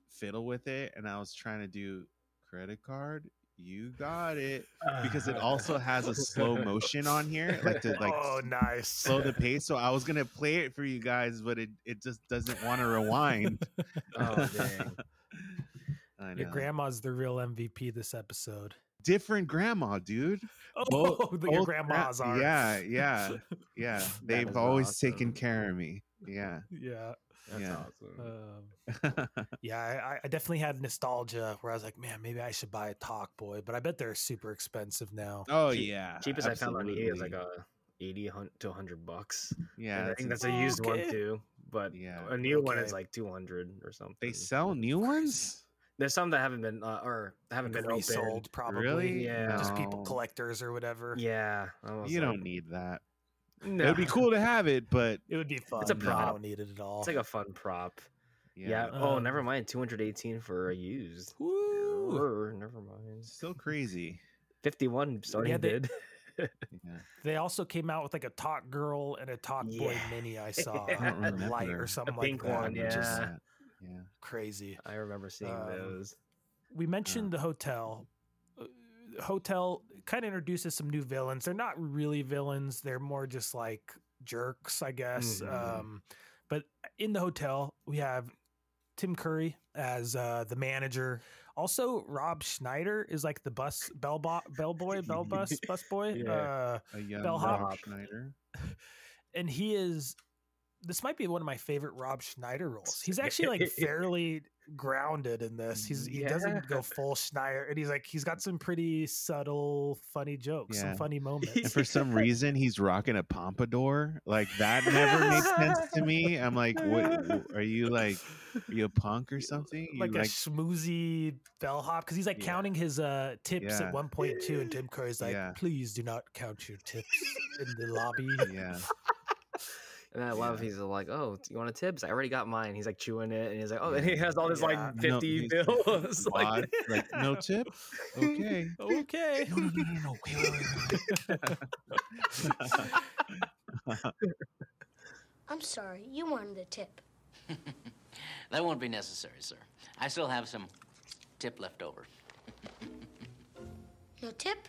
Speaker 2: fiddle with it, and I was trying to do credit card. You got it because it also has a slow motion on here, like to like
Speaker 1: oh, nice.
Speaker 2: slow the pace. So I was gonna play it for you guys, but it it just doesn't want to rewind.
Speaker 3: Oh dang.
Speaker 2: I
Speaker 1: Your
Speaker 2: know.
Speaker 1: grandma's the real MVP this episode.
Speaker 2: different grandma, dude.
Speaker 1: Oh,
Speaker 2: Both-
Speaker 1: your
Speaker 2: both gra-
Speaker 1: grandmas are.
Speaker 2: Yeah, yeah, yeah. They've
Speaker 3: is
Speaker 2: always
Speaker 3: awesome.
Speaker 2: taken care of me. Yeah.
Speaker 1: yeah.
Speaker 3: That's
Speaker 2: Yeah.
Speaker 3: awesome.
Speaker 1: Um, yeah, I, I- I definitely had nostalgia where I was like, man, maybe I should buy a Talk Boy, but I bet they're super expensive now.
Speaker 2: oh
Speaker 3: Cheap-
Speaker 2: yeah.
Speaker 3: Cheapest I found on eBay is like
Speaker 2: absolutely.
Speaker 3: a 80 hun- to 100 bucks.
Speaker 2: yeah.
Speaker 3: And I
Speaker 2: that's
Speaker 3: think that's
Speaker 2: ins-
Speaker 3: a used one
Speaker 1: Okay.
Speaker 3: too, but
Speaker 2: Yeah,
Speaker 3: a new one is
Speaker 1: okay.
Speaker 3: like 200 or something.
Speaker 2: they sell new ones.
Speaker 3: There's some that haven't been uh, or haven't
Speaker 1: Like
Speaker 3: been
Speaker 1: resold, probably.
Speaker 2: Really?
Speaker 3: Yeah.
Speaker 1: Just people
Speaker 2: No.
Speaker 1: collectors or whatever.
Speaker 3: Opened. Yeah, I was
Speaker 2: You
Speaker 3: like,
Speaker 2: don't need that.
Speaker 3: No.
Speaker 2: It would be cool to have it, but
Speaker 1: It would be fun.
Speaker 3: a
Speaker 1: but I
Speaker 3: prop.
Speaker 1: don't need it at all.
Speaker 3: It's like a fun prop. Yeah.
Speaker 2: yeah,
Speaker 3: oh,
Speaker 1: Um,
Speaker 3: never mind. 218 for a used.
Speaker 1: Woo!
Speaker 3: Err, Never mind.
Speaker 2: it's still crazy.
Speaker 3: 51 Sony
Speaker 1: Yeah, they-
Speaker 3: did.
Speaker 2: Yeah.
Speaker 1: They also came out with like a Talk Girl and a Talk Boy
Speaker 3: Yeah.
Speaker 1: Mini I saw.
Speaker 3: I don't
Speaker 1: or light
Speaker 2: remember.
Speaker 1: or
Speaker 2: A
Speaker 1: something
Speaker 3: pink
Speaker 1: like that.
Speaker 3: one,
Speaker 1: which is
Speaker 3: yeah. Uh,
Speaker 2: yeah.
Speaker 1: Crazy.
Speaker 3: I remember seeing
Speaker 1: Um,
Speaker 3: those.
Speaker 1: We mentioned the hotel. Uh, Hotel kind of introduces some new villains. They're not really villains. They're more just like jerks, I guess.
Speaker 3: Mhm.
Speaker 1: Um, but in the hotel, we have Tim Curry as uh, the manager. Also, Rob Schneider is like the bus bellbo- bellboy, bell bus, bus boy.
Speaker 3: Yeah.
Speaker 1: Uh,
Speaker 2: A young
Speaker 1: Bellhop.
Speaker 2: Rob Schneider.
Speaker 1: and he is this might be one of my favorite Rob Schneider roles. He's actually like fairly grounded in this. He's he doesn't go
Speaker 3: Yeah.
Speaker 1: full Schneider and he's like he's got some pretty subtle funny jokes,
Speaker 2: Yeah.
Speaker 1: some funny
Speaker 2: And
Speaker 1: moments.
Speaker 2: for some reason, he's rocking a pompadour. Like that never makes sense to me. I'm like, what? Are you like, are you a punk or something? You
Speaker 1: like, a schmoozy bellhop because he's like
Speaker 3: Yeah.
Speaker 1: counting his uh tips
Speaker 2: Yeah.
Speaker 1: at one point too and tim curry's like
Speaker 2: Yeah.
Speaker 1: please do not count your tips in the lobby
Speaker 2: yeah.
Speaker 3: And I love he's like, oh, you want a tips? I already got mine. He's like chewing it, and he's like, oh, and he has all this
Speaker 1: Yeah.
Speaker 3: like
Speaker 2: No,
Speaker 3: 50
Speaker 2: he's-
Speaker 3: bills. like,
Speaker 2: Wad, like, no tip. Okay.
Speaker 1: okay
Speaker 2: No, no, no, no, no. Wait, wait, wait, wait.
Speaker 6: I'm sorry, you wanted a tip.
Speaker 9: That won't be necessary, sir. I still have some tip left over.
Speaker 6: No tip?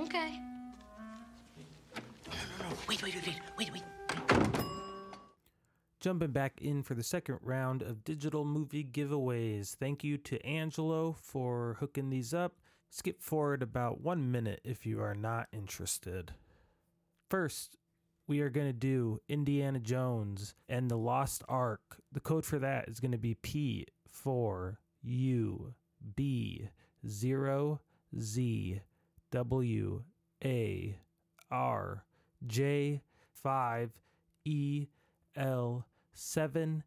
Speaker 6: Okay.
Speaker 9: Wait, wait, wait, wait, wait, wait.
Speaker 1: Jumping back in for the second round of digital movie giveaways. Thank you to Angelo for hooking these up. Skip forward about one minute if you are not interested. First, we are going to do Indiana Jones and the Lost Ark. The code for that is going to be P4UB0ZWARJ5E. L7C2.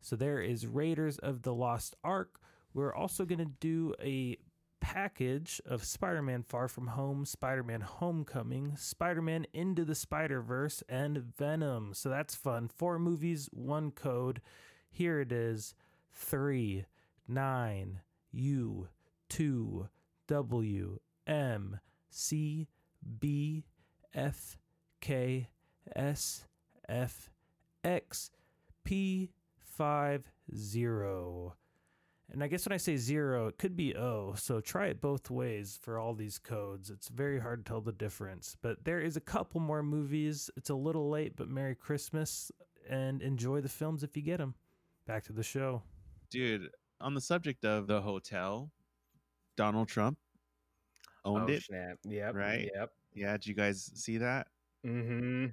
Speaker 1: So there is Raiders of the Lost Ark. We're also going to do a package of Spider Man Far From Home, Spider Man Homecoming, Spider Man Into the Spider Verse, and Venom. So that's fun. Four movies, one code. Here it is 3 9 U two W M C B F K S F X P five zero. And I guess when I say zero, it could be O. So try it both ways for all these codes. It's very hard to tell the difference. But there is a couple more movies. It's a little late, but Merry Christmas and enjoy the films if you get them. Back to the show.
Speaker 2: Dude, on the subject of the hotel, Donald Trump owned
Speaker 3: oh,
Speaker 2: it.
Speaker 3: Snap. Yep.
Speaker 2: right?
Speaker 3: Yep.
Speaker 2: Yeah, did you guys see that?
Speaker 3: Mm-hmm.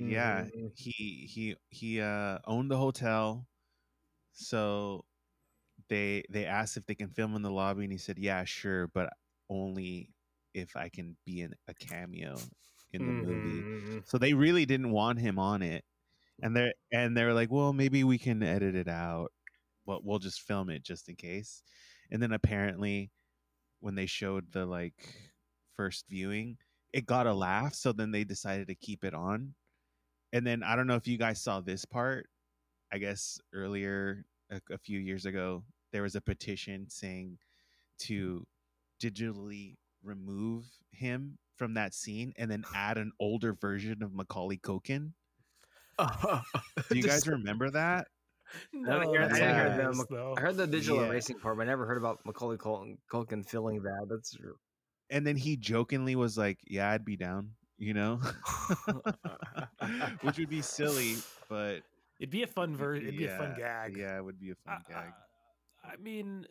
Speaker 2: Yeah, he he he uh owned the hotel. So they they asked if they can film in the lobby and he said, "Yeah, sure, but only if I can be in a cameo in the
Speaker 3: Mm-hmm.
Speaker 2: movie." So they really didn't want him on it, and they are and they were like, "Well, maybe we can edit it out, but we'll just film it just in case." And then apparently, when they showed the like first viewing, it got a laugh. So then they decided to keep it on. And then I don't know if you guys saw this part. I guess earlier, a, a few years ago, there was a petition saying to digitally remove him from that scene and then add an older version of Macaulay Culkin.
Speaker 3: Mm-hmm.
Speaker 2: Do you guys remember that?
Speaker 3: I didn't hear- I
Speaker 2: didn't hear
Speaker 1: that's
Speaker 3: them.
Speaker 1: though.
Speaker 3: I heard the digital
Speaker 2: Oh, Yeah.
Speaker 3: erasing part, but I never heard about Macaulay Culkin, Culkin filling that. That's
Speaker 2: And then he jokingly was like, "Yeah, I'd be down," you know, which would be silly, but
Speaker 1: It'd be a fun version. It'd be a fun
Speaker 2: yeah,
Speaker 1: gag.
Speaker 2: Yeah, it would be a
Speaker 1: I,
Speaker 2: fun
Speaker 3: Ah,
Speaker 2: gag.
Speaker 1: I- I mean,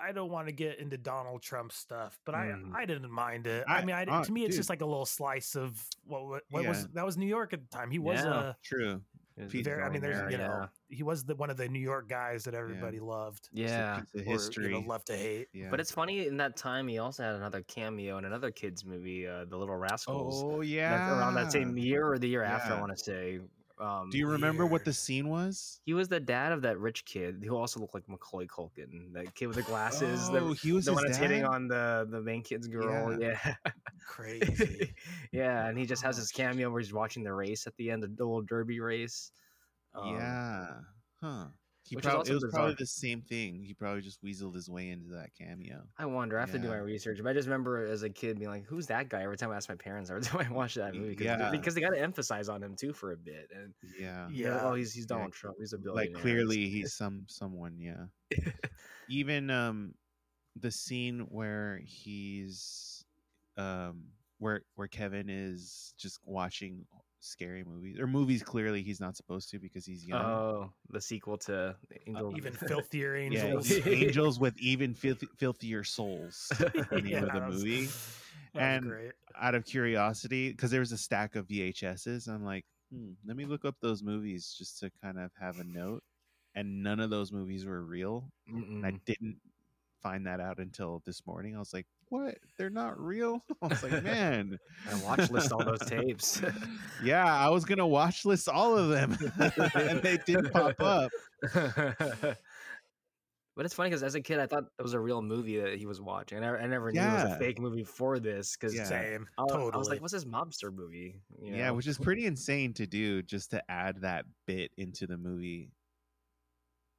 Speaker 1: I don't want to get into Donald Trump stuff, but I
Speaker 3: Mm.
Speaker 1: I didn't mind it. I,
Speaker 2: I-
Speaker 1: mean, I,
Speaker 2: uh,
Speaker 1: to me, it's just
Speaker 2: dude.
Speaker 1: like a little slice of what what, what was
Speaker 2: Yeah.
Speaker 1: that was New York at the time. He was
Speaker 3: Yeah.
Speaker 2: True.
Speaker 1: a
Speaker 2: He's
Speaker 1: very, I mean, there's
Speaker 2: there,
Speaker 1: you know, he was the one of the New York guys that everybody loved.
Speaker 3: yeah.
Speaker 2: Just a piece of
Speaker 3: yeah.
Speaker 1: or,
Speaker 2: history.
Speaker 1: you know, love to hate.
Speaker 2: yeah.
Speaker 3: But it's funny in that time he also had another cameo in another kids movie, uh, The Little Rascals.
Speaker 2: oh
Speaker 3: That's
Speaker 2: yeah.
Speaker 3: around that same year or the year after, I
Speaker 2: Yeah.
Speaker 3: want to say. Um,
Speaker 2: Do you remember what
Speaker 1: Weird.
Speaker 2: the scene was?
Speaker 3: he was the dad of that rich kid who also looked like Macaulay Culkin, that kid with the glasses, the-
Speaker 2: Oh, he was
Speaker 3: the one
Speaker 2: his
Speaker 3: that's hitting
Speaker 2: dad?
Speaker 3: on the the main kid's girl. Yeah,
Speaker 1: Crazy.
Speaker 3: yeah, and he just has his cameo where he's watching the race at the end, the little derby race. Um,
Speaker 2: yeah. Huh. He
Speaker 3: which is
Speaker 2: probably
Speaker 3: also
Speaker 2: it was probably
Speaker 3: bizarre.
Speaker 2: the same thing. He probably just weaseled his way into that cameo.
Speaker 3: I wonder. I have to do
Speaker 2: Yeah.
Speaker 3: my research, but I just remember as a kid being like, "Who's that guy?" Every time I asked my parents, every time I watched that
Speaker 2: Y-
Speaker 3: movie, 'cause-
Speaker 2: yeah.
Speaker 3: because they got to emphasize on him too for a bit. And
Speaker 2: Yeah.
Speaker 3: yeah,
Speaker 1: yeah.
Speaker 3: oh, he's he's Donald Trump. He's a billionaire.
Speaker 2: like clearly he's some someone yeah even um the scene where he's um where where kevin is just watching scary movies or movies clearly he's not supposed to because he's young
Speaker 3: Oh, the sequel to
Speaker 2: Uh,
Speaker 3: Angel.
Speaker 1: Even filthier
Speaker 2: yeah,
Speaker 1: angels.
Speaker 2: angels. angels with even filth- filthier souls the name of the
Speaker 1: that was- that
Speaker 2: movie.
Speaker 1: was
Speaker 2: And-
Speaker 1: great.
Speaker 2: out of curiosity because there was a stack of vhs's i'm like hmm, let me look up those movies just to kind of have a note and none of those movies were real and I
Speaker 3: Mm-mm.
Speaker 2: didn't find that out until this morning. I was like, "What? They're not real?" I was like, "Man,
Speaker 3: and watch list all those tapes.
Speaker 2: yeah, I was gonna watch list all of them, and they didn't pop up."
Speaker 3: but it's funny because as a kid, I thought it was a real movie that he was watching. I never, I never knew it was
Speaker 2: Yeah.
Speaker 3: a fake movie for this because
Speaker 2: Yeah.
Speaker 1: Same.
Speaker 3: I, wa-
Speaker 1: totally.
Speaker 3: I was like, "What's this mobster movie?" You
Speaker 2: Yeah,
Speaker 3: know?
Speaker 2: which is pretty insane to do, just to add that bit into the movie.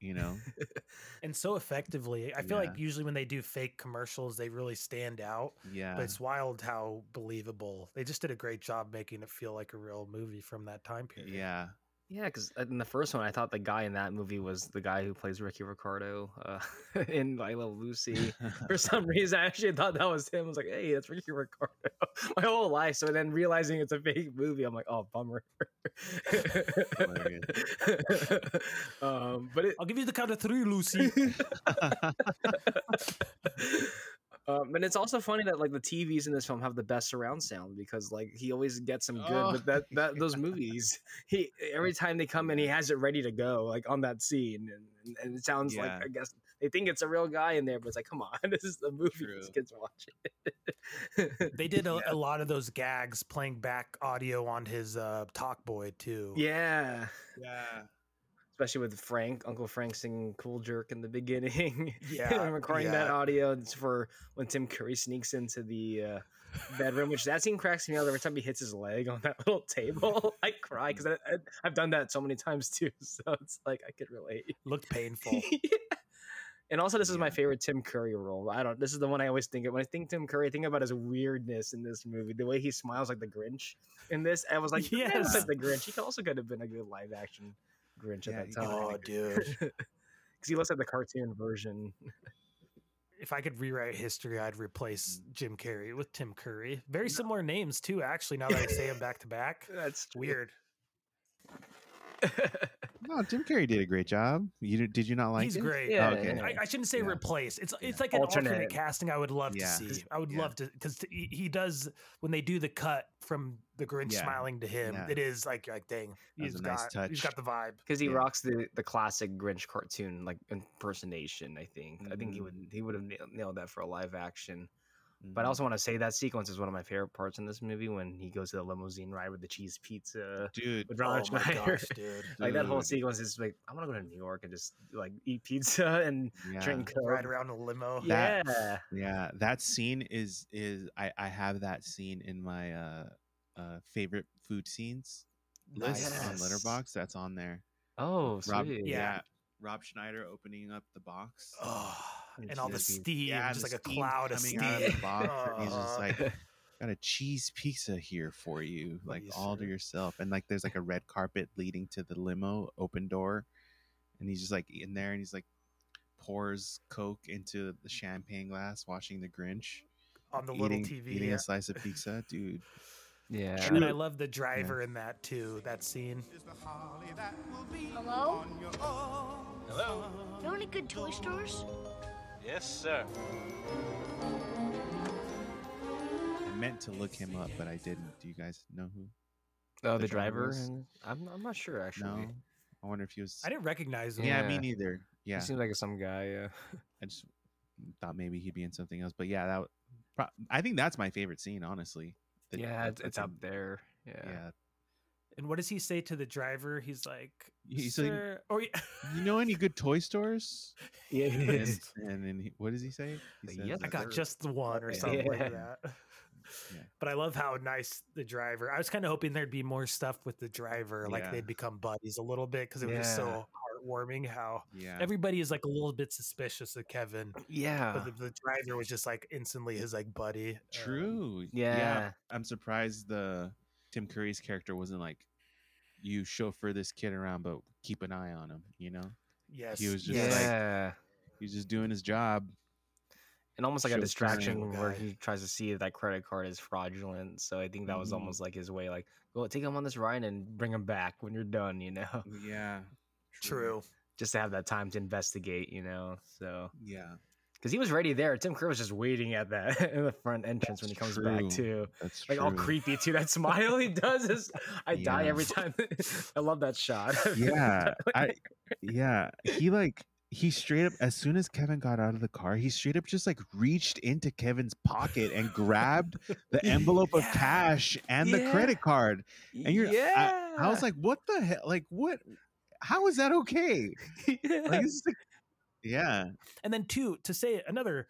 Speaker 2: You know,
Speaker 1: and so effectively. I feel
Speaker 2: Yeah.
Speaker 1: like usually when they do fake commercials, they really stand out.
Speaker 2: yeah,
Speaker 1: But it's wild how believable. They just did a great job making it feel like a real movie from that time period.
Speaker 2: yeah.
Speaker 3: yeah. Because in the first one, I thought the guy in that movie was the guy who plays Ricky Ricardo uh, in I Love Lucy. For some reason, I actually thought that was him. I was like, "Hey, that's Ricky Ricardo." My whole life. So then realizing it's a fake movie, I'm like, "Oh, bummer."
Speaker 2: Hilarious.
Speaker 3: um, but it,
Speaker 1: I'll give you the count of three, Lucy.
Speaker 3: um, and it's also funny that like the TVs in this film have the best surround sound because like he always gets them good
Speaker 2: Oh,
Speaker 3: with that, that those movies. He every time they come in, he has it ready to go like on that scene, and, and it sounds
Speaker 2: Yeah.
Speaker 3: like I guess they think it's a real guy in there, but it's like, come on, this is the movie
Speaker 2: True.
Speaker 3: this kid's watching.
Speaker 1: they did a, a lot of those gags playing back audio on his uh, Talk Boy too.
Speaker 3: yeah,
Speaker 2: yeah.
Speaker 3: especially with Frank, Uncle Frank singing "Cool Jerk" in the beginning.
Speaker 1: Yeah,
Speaker 3: I'm recording that
Speaker 1: yeah.
Speaker 3: audio it's for when Tim Curry sneaks into the uh, bedroom, which that scene cracks me up every time he hits his leg on that little table. I cry because I, I, I've done that so many times too, so it's like I could relate.
Speaker 1: Looked painful.
Speaker 3: Yeah. And also, this is my
Speaker 2: Yeah.
Speaker 3: favorite Tim Curry role. I don't. This is the one I always think of when I think Tim Curry. I think about his weirdness in this movie. The way he smiles like the Grinch. In this, I was like, yeah,
Speaker 1: Yes.
Speaker 3: like the Grinch. He could- also could have been a good live action Grinch
Speaker 2: Yeah,
Speaker 3: at
Speaker 2: he
Speaker 3: that
Speaker 2: could have
Speaker 3: time.
Speaker 2: been a
Speaker 10: dude.
Speaker 3: because he looks at the cartoon version.
Speaker 1: If I could rewrite history, I'd replace
Speaker 3: Mm.
Speaker 1: Jim Carrey with Tim Curry. Very similar names too, actually. Now that I say them back to back,
Speaker 3: That's true.
Speaker 1: weird.
Speaker 2: No, Jim Carey did a great job. You d- did you not like
Speaker 1: He's
Speaker 2: it?
Speaker 1: great.
Speaker 3: Yeah,
Speaker 2: okay.
Speaker 1: I, I shouldn't say
Speaker 2: Yeah.
Speaker 1: replace. It's it's
Speaker 2: Yeah.
Speaker 1: like an alternate.
Speaker 3: Alternate.
Speaker 1: casting. I would love
Speaker 2: Yeah.
Speaker 1: to see. I would
Speaker 2: Yeah.
Speaker 1: love to because he, he does when they do the cut from the Grinch
Speaker 2: Yeah.
Speaker 1: smiling to him.
Speaker 2: Yeah.
Speaker 1: It is like like dang,
Speaker 2: was
Speaker 1: he's
Speaker 2: a
Speaker 1: got
Speaker 2: nice
Speaker 1: he's
Speaker 2: touch.
Speaker 1: got the vibe.
Speaker 3: Because he
Speaker 2: Yeah.
Speaker 3: rocks the, the classic Grinch cartoon like impersonation. I think. I think he
Speaker 2: Mhm.
Speaker 3: would he would have nailed, nailed that for a live action.
Speaker 2: Mm-hmm.
Speaker 3: But I also want to say that sequence is one of my favorite parts in this movie when he goes to the limousine ride with the cheese pizza
Speaker 2: dude,
Speaker 3: with Ronald
Speaker 10: oh my
Speaker 3: Schneider.
Speaker 10: gosh, dude.
Speaker 3: like that whole
Speaker 2: Dude.
Speaker 3: sequence is like, I want to go to New York and just like eat pizza and
Speaker 2: yeah.
Speaker 3: drink Coke.
Speaker 1: Ride around in a limo.
Speaker 3: yeah,
Speaker 2: That- Yeah, that scene is is I I have that scene in my uh uh favorite food scenes list on
Speaker 3: Nice.
Speaker 2: Letterbox. That's on there.
Speaker 3: Oh,
Speaker 2: Rob,
Speaker 3: sweet.
Speaker 1: Yeah.
Speaker 2: Rob Schneider opening up the box.
Speaker 1: Oh,
Speaker 3: It's
Speaker 1: and all the
Speaker 3: just be-
Speaker 1: steam,
Speaker 2: Yeah,
Speaker 1: just
Speaker 2: the
Speaker 1: like a
Speaker 2: steam
Speaker 1: cloud of
Speaker 2: coming
Speaker 1: steam.
Speaker 2: out of the box. and he's
Speaker 1: Uh-huh.
Speaker 2: just like, got a cheese pizza here for you, like
Speaker 1: Yes,
Speaker 2: all to
Speaker 1: sir.
Speaker 2: yourself. And like, there's like a red carpet leading to the limo, open door, and he's just like in there, and he's like pours Coke into the champagne glass, watching the Grinch
Speaker 1: on the little
Speaker 2: eating,
Speaker 1: TV.
Speaker 2: eating
Speaker 1: yeah.
Speaker 2: a slice of pizza, dude.
Speaker 3: Yeah.
Speaker 1: And then I love the driver in that too. That scene.
Speaker 6: Hello? Hello? Know any good toy stores?
Speaker 2: I meant to look him up, but I didn't. Do you guys know who?
Speaker 3: Oh, the,
Speaker 2: the
Speaker 3: driver.
Speaker 2: drivers.
Speaker 3: and- I'm, I'm not sure actually.
Speaker 2: No, I wonder if he was.
Speaker 1: I didn't recognize him.
Speaker 2: yeah,
Speaker 3: Yeah.
Speaker 2: me neither.
Speaker 3: He
Speaker 2: Yeah,
Speaker 3: seems like some guy. uh, Yeah.
Speaker 2: I just thought maybe he'd be in something else, but yeah, that. w- pro- I think that's my favorite scene, honestly. The-
Speaker 3: yeah,
Speaker 2: that
Speaker 3: it's, it's up
Speaker 2: fucking-
Speaker 3: there. Yeah.
Speaker 2: Yeah,
Speaker 1: And what does he say to the driver? He's like,
Speaker 2: He's like-
Speaker 1: Sir, or he-
Speaker 2: You know any good toy stores?
Speaker 3: Yeah.
Speaker 2: And, and then he, what does he say? He
Speaker 3: Like,
Speaker 2: says,
Speaker 3: yes,
Speaker 2: uh,
Speaker 1: I got
Speaker 3: Sir.
Speaker 1: just the one or something
Speaker 3: Yeah.
Speaker 1: like that.
Speaker 2: Yeah.
Speaker 1: But I love how nice the driver. I was kind of hoping there'd be more stuff with the driver, like
Speaker 2: Yeah.
Speaker 1: they'd become buddies a little bit, because it was just
Speaker 3: Yeah.
Speaker 1: so heartwarming how
Speaker 2: yeah.
Speaker 1: everybody is like a little bit suspicious of Kevin,
Speaker 3: yeah.
Speaker 2: Uh.
Speaker 1: but the, the driver was just like instantly his like buddy. Um,
Speaker 2: True.
Speaker 3: Yeah.
Speaker 2: I'm surprised the Tim Curry's character wasn't like, you chauffeur this kid around, but keep an eye on him. You know,
Speaker 1: yes,
Speaker 2: he was just
Speaker 1: yes.
Speaker 2: like
Speaker 3: yeah.
Speaker 2: he's just doing his job.
Speaker 3: and almost like a
Speaker 2: Showtime
Speaker 3: distraction where
Speaker 1: guy.
Speaker 3: he tries to see if that credit card is fraudulent. So I think that was
Speaker 2: Mhm.
Speaker 3: almost like his way, like, go take him on this ride and bring him back when you're done, you know,
Speaker 2: Yeah.
Speaker 1: True.
Speaker 3: just to have that time to investigate, you know. So
Speaker 2: Yeah,
Speaker 3: because he was ready there, Tim Curry was just waiting at that in the front entrance when he
Speaker 2: That's
Speaker 3: comes back
Speaker 2: true.
Speaker 3: too,
Speaker 2: that's
Speaker 3: like all
Speaker 2: true.
Speaker 3: creepy too. That smile he does is, I die
Speaker 2: Yeah.
Speaker 3: every time. I love that shot.
Speaker 2: Yeah, I. Yeah, he like he straight up as soon as Kevin got out of the car, he straight up just like reached into Kevin's pocket and grabbed the envelope of
Speaker 1: Yeah.
Speaker 2: cash and the
Speaker 3: Yeah.
Speaker 2: credit card. And you're-
Speaker 3: yeah.
Speaker 2: I was like, what the hell? Like, what? How is that okay? Like, this is like- yeah.
Speaker 1: And then two, to say another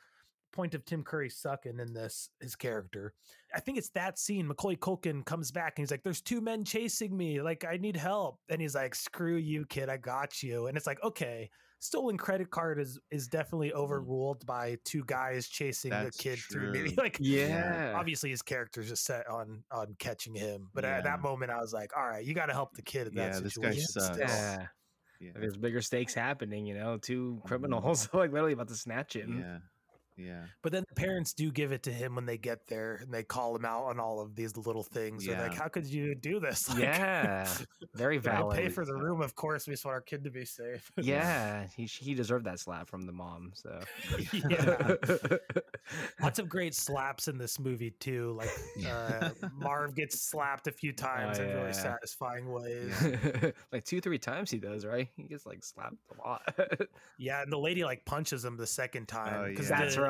Speaker 1: point of Tim Curry sucking in this his character, I think it's that scene. Macaulay Culkin comes back and he's like, "There's two men chasing me. Like I need help." And he's like, "Screw you, kid. I got you." And it's like, okay, stolen credit card is is definitely overruled by two guys chasing
Speaker 2: Mm-hmm. That's
Speaker 1: the kid through me.
Speaker 2: true.
Speaker 1: Like.
Speaker 3: yeah.
Speaker 1: Obviously, his character's just set on on catching him, but at that
Speaker 2: Yeah.
Speaker 1: moment, I was like, "All right, you got to help the kid in that
Speaker 2: Yeah, this guy
Speaker 1: situation."
Speaker 2: sucks.
Speaker 1: still."
Speaker 3: Yeah.
Speaker 2: Yeah.
Speaker 3: Like, there's bigger stakes happening, you know,
Speaker 1: Mm-hmm.
Speaker 3: two criminals like literally about to snatch him.
Speaker 2: Yeah. Yeah.
Speaker 1: But then the parents do give it to him when they get there and they call him out on all of these little things. They're like,
Speaker 2: Yeah.
Speaker 1: how could you do this? Like,
Speaker 3: Yeah, very
Speaker 1: "We're gonna
Speaker 3: valid.
Speaker 1: pay for the room, of course. We just want our kid to be safe.
Speaker 3: yeah, he sh- he deserved that slap from the mom. So
Speaker 1: yeah. Lots of great slaps in this movie, too. Like uh, Marv gets slapped a few times in
Speaker 3: Oh, yeah.
Speaker 1: really satisfying ways. Yeah.
Speaker 3: like two three times he does right. He gets like slapped a lot.
Speaker 1: and the lady like punches him the second time. 'cause
Speaker 2: yeah.
Speaker 3: Oh, That's
Speaker 1: the-
Speaker 3: right.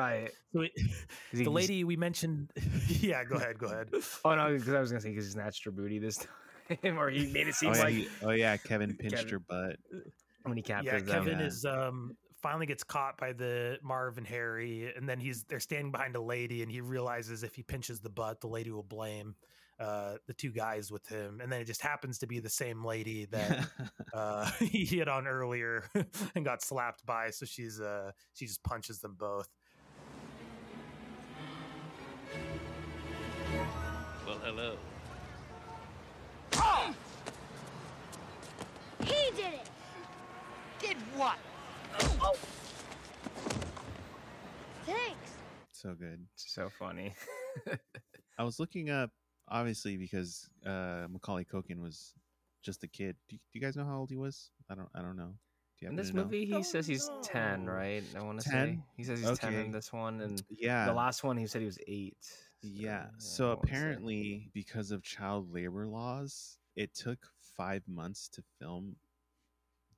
Speaker 1: so it-
Speaker 3: 'Cause he-
Speaker 1: the lady we mentioned. yeah, go ahead. Go ahead.
Speaker 3: Oh no, because I was gonna say because he snatched her booty this time, or he made it
Speaker 2: Oh
Speaker 3: seem
Speaker 2: yeah,
Speaker 3: like
Speaker 2: he- oh yeah, Kevin pinched
Speaker 3: Kevin-
Speaker 2: her butt.
Speaker 3: when he captures
Speaker 1: yeah,
Speaker 3: them.
Speaker 1: Kevin
Speaker 2: yeah.
Speaker 1: is um finally gets caught by the Marv and Harry, and then he's they're standing behind a lady, and he realizes if he pinches the butt, the lady will blame. uh, the two guys with him, and then it just happens to be the same lady that uh, he hit on earlier and got slapped by. So she's uh, she just punches them both.
Speaker 10: Well, hello.
Speaker 6: He did it! Did what? Thanks.
Speaker 2: so good.
Speaker 3: So funny.
Speaker 2: I was looking up, obviously, because uh, Macaulay Culkin was just a kid. Do, do you guys know how old he was? I don't. I don't know. Do you
Speaker 3: In
Speaker 2: happen
Speaker 3: this
Speaker 2: to know?
Speaker 3: movie,
Speaker 1: Oh,
Speaker 3: he says he's ten, right? I want to say
Speaker 2: 10?
Speaker 3: he says he's ten
Speaker 2: Okay.
Speaker 3: in this one, and
Speaker 2: Yeah.
Speaker 3: the last Oh, one he said he was eight.
Speaker 2: Yeah.
Speaker 3: I
Speaker 2: So
Speaker 3: wanna say.
Speaker 2: apparently, because of child labor laws, it took five months to film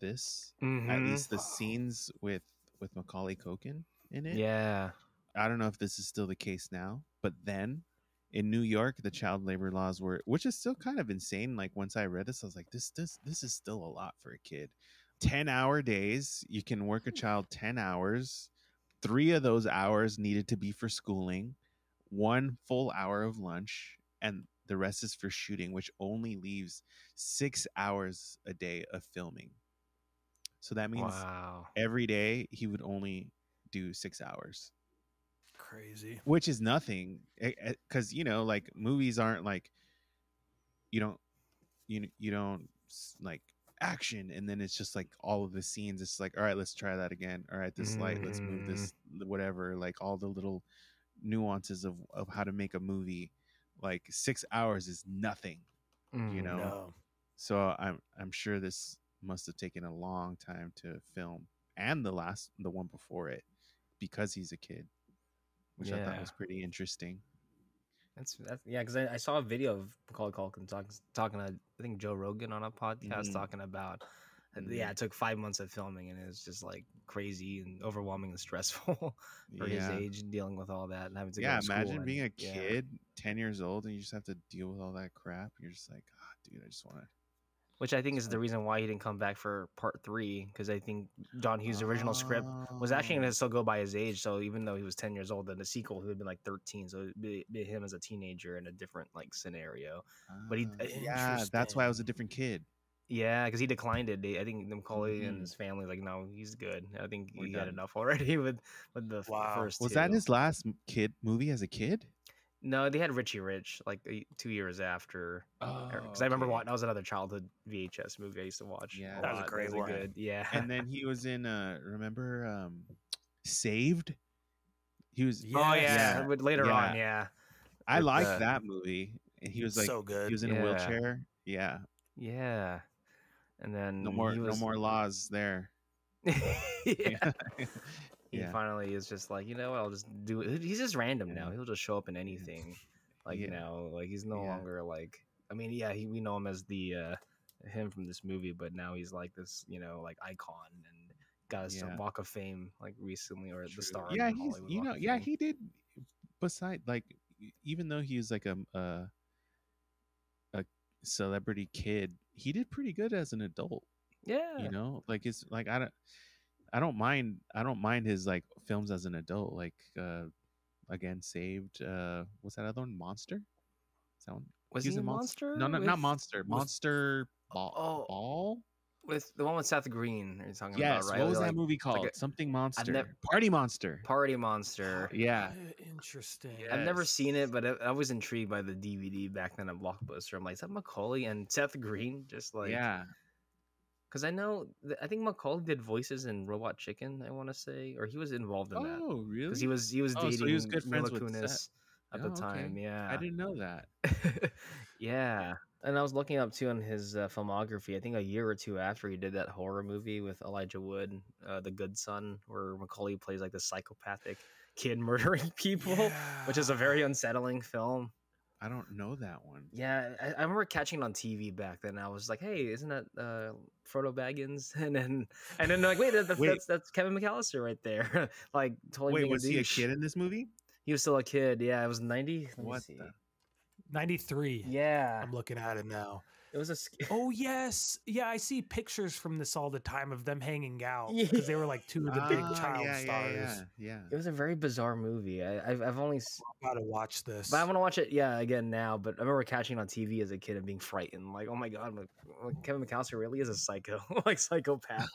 Speaker 2: this. At
Speaker 3: Mhm.
Speaker 2: least the scenes with with Macaulay Culkin in it.
Speaker 3: Yeah.
Speaker 2: I don't know if this is still the case now, but then in New York, the child labor laws were, which is still kind of insane. Like once I read this, I was like, this this this is still a lot for a kid. Ten hour days, you can work a child ten hours. Three of those hours needed to be for schooling, one full hour of lunch, and the rest is for shooting, which only leaves six hours a day of filming. So that means
Speaker 3: Wow.
Speaker 2: every day he would only do six hours
Speaker 1: Crazy.
Speaker 2: which is nothing because you know like movies aren't like you don't you you don't s- like action and then it's just like all of the scenes it's like all right let's try that again all right this light let's move this whatever like all the little nuances of of how to make a movie like six hours is nothing you
Speaker 3: Mm,
Speaker 2: know
Speaker 1: No.
Speaker 2: so i'm i'm sure this must have taken a long time to film and the last the one before it because he's a kid which i thought
Speaker 3: Yeah.
Speaker 2: was pretty interesting
Speaker 3: That's that's yeah, because I, I saw a video of Macaulay Culkin talking talking to I think Joe Rogan on a podcast
Speaker 2: Mhm.
Speaker 3: talking about yeah,
Speaker 2: Mm.
Speaker 3: it took five months of filming and it was just like crazy and overwhelming and stressful for his
Speaker 2: Yeah.
Speaker 3: age dealing with all that and having to go
Speaker 2: yeah
Speaker 3: to school
Speaker 2: imagine
Speaker 3: and-
Speaker 2: being a
Speaker 3: yeah.
Speaker 2: kid 10 years old and you just have to deal with all that crap you're just like ah, dude i just want to
Speaker 3: which I think is the reason why he didn't come back for part three because I think John Hughes' original script was
Speaker 2: Mm.
Speaker 3: actually
Speaker 2: Oh,
Speaker 3: going to still go by his age. So even though he was ten years old, in the sequel he would have been like thirteen. So it'd be, be him as a teenager in a different like scenario. but he-
Speaker 2: uh, yeah that's why i was a different kid
Speaker 3: Yeah, because he declined it. They- I think Macaulay and
Speaker 2: Mhm.
Speaker 3: his family like, no, he's good. I think
Speaker 2: We're
Speaker 3: he had
Speaker 2: done.
Speaker 3: enough already with with the f-
Speaker 1: Wow.
Speaker 3: first.
Speaker 2: was that
Speaker 3: two.
Speaker 2: his last m- kid movie as a kid
Speaker 3: No, they had Richie Rich like a- two years after.
Speaker 2: Oh,
Speaker 3: Because I remember
Speaker 2: okay.
Speaker 3: watching that was another childhood VHS movie I used to watch.
Speaker 2: Yeah.
Speaker 1: That was a
Speaker 3: lot.
Speaker 1: great one.
Speaker 3: good- yeah,
Speaker 2: and then he was in uh remember um saved he was
Speaker 3: oh
Speaker 1: Yes.
Speaker 3: yeah, with later
Speaker 2: yeah.
Speaker 3: on, yeah,
Speaker 2: i
Speaker 3: with
Speaker 2: liked
Speaker 3: the-
Speaker 2: that movie and he was like
Speaker 1: so
Speaker 2: he
Speaker 1: good.
Speaker 2: was in a
Speaker 3: uh, Yeah.
Speaker 2: wheelchair yeah
Speaker 3: yeah. And then
Speaker 2: no more
Speaker 3: Mm, he
Speaker 2: no
Speaker 3: was-
Speaker 2: more laws there
Speaker 3: yeah. he
Speaker 2: yeah
Speaker 3: finally is just like, you know, what, I'll just do it. He's just random now. He'll just show up in anything. Like
Speaker 2: Yeah.
Speaker 3: now, like he's no
Speaker 2: Yeah.
Speaker 3: longer like. I mean, yeah, he, we know him as the uh him from this movie, but now he's like this, you know, like icon and got his
Speaker 2: Yeah.
Speaker 3: Walk of Fame like recently, or the
Speaker 2: True.
Speaker 3: star.
Speaker 2: Yeah,
Speaker 3: in the
Speaker 2: he's
Speaker 3: Hollywood
Speaker 2: you
Speaker 3: Walk
Speaker 2: know
Speaker 3: of
Speaker 2: yeah
Speaker 3: Fame.
Speaker 2: he did. Beside like e- even though he was like a a, a celebrity kid, he did pretty good as an adult.
Speaker 3: yeah.
Speaker 2: You know, like it's like I don't I don't mind I don't mind his like films as an adult. Like uh again, Saved. uh What's that other one? Monster. Is that one?
Speaker 3: was
Speaker 2: he was
Speaker 3: he a
Speaker 2: in Monst-
Speaker 3: monster?
Speaker 2: No, no, not
Speaker 3: with-
Speaker 2: monster. Monster ball.
Speaker 3: oh.
Speaker 2: ball?
Speaker 3: with the one with Seth Green. You're talking
Speaker 2: Yes.
Speaker 3: about right?
Speaker 2: What was
Speaker 3: Like,
Speaker 2: that movie called?
Speaker 3: a-
Speaker 2: Something monster.
Speaker 3: nev-
Speaker 2: Party monster.
Speaker 3: Party Monster.
Speaker 2: yeah.
Speaker 1: Uh, Interesting.
Speaker 3: I've never
Speaker 2: Yes.
Speaker 3: seen it, but I, I was intrigued by the DVD back then at Blockbuster. I'm like, is that Macaulay and Seth Green? Just like,
Speaker 2: yeah.
Speaker 3: because I know, th- I think Macaulay did voices in Robot Chicken. I want to say, or he was involved in that
Speaker 2: Oh, really?
Speaker 3: because he was he was
Speaker 2: Oh,
Speaker 3: dating
Speaker 2: so he was good
Speaker 3: Mila
Speaker 2: friends with
Speaker 3: Kunis
Speaker 2: Seth.
Speaker 3: at
Speaker 2: Oh,
Speaker 3: the
Speaker 2: okay.
Speaker 3: time. Yeah,
Speaker 2: I didn't know that.
Speaker 3: yeah. And I was looking up too on his uh, filmography. I think a year or two after he did that horror movie with Elijah Wood, uh, The Good Son, where Macaulay plays like the psychopathic kid murdering people, which is a very unsettling film.
Speaker 2: I don't know that one.
Speaker 3: Yeah, I, I remember catching it on TV back then. I was like, "Hey, isn't that uh, Frodo Baggins?" And then, and then they're like, "Wait, that, that,
Speaker 2: Wait.
Speaker 3: that's that's Kevin McAllister right there." like, totally.
Speaker 2: Wait,
Speaker 3: being
Speaker 2: was he a
Speaker 3: douche.
Speaker 2: kid in this movie?
Speaker 3: He was still a kid. Yeah, it was ninety. Let me
Speaker 2: What
Speaker 3: see.
Speaker 2: the-
Speaker 1: Ninety three.
Speaker 3: Yeah,
Speaker 1: I'm looking at it now.
Speaker 3: It was a sc-
Speaker 1: Oh yes, yeah. I see pictures from this all the time of them hanging out because they were like two of the big
Speaker 2: Ah,
Speaker 1: child
Speaker 2: yeah,
Speaker 1: stars.
Speaker 2: Yeah, yeah,
Speaker 3: it was a very bizarre movie. I, I've I've only s-
Speaker 1: Gotta watch this.
Speaker 3: But I want to watch it, yeah, again now. But I remember catching it on TV as a kid and being frightened, like, "Oh my god, like, like, Kevin McAllister really is a psycho, like psychopath,"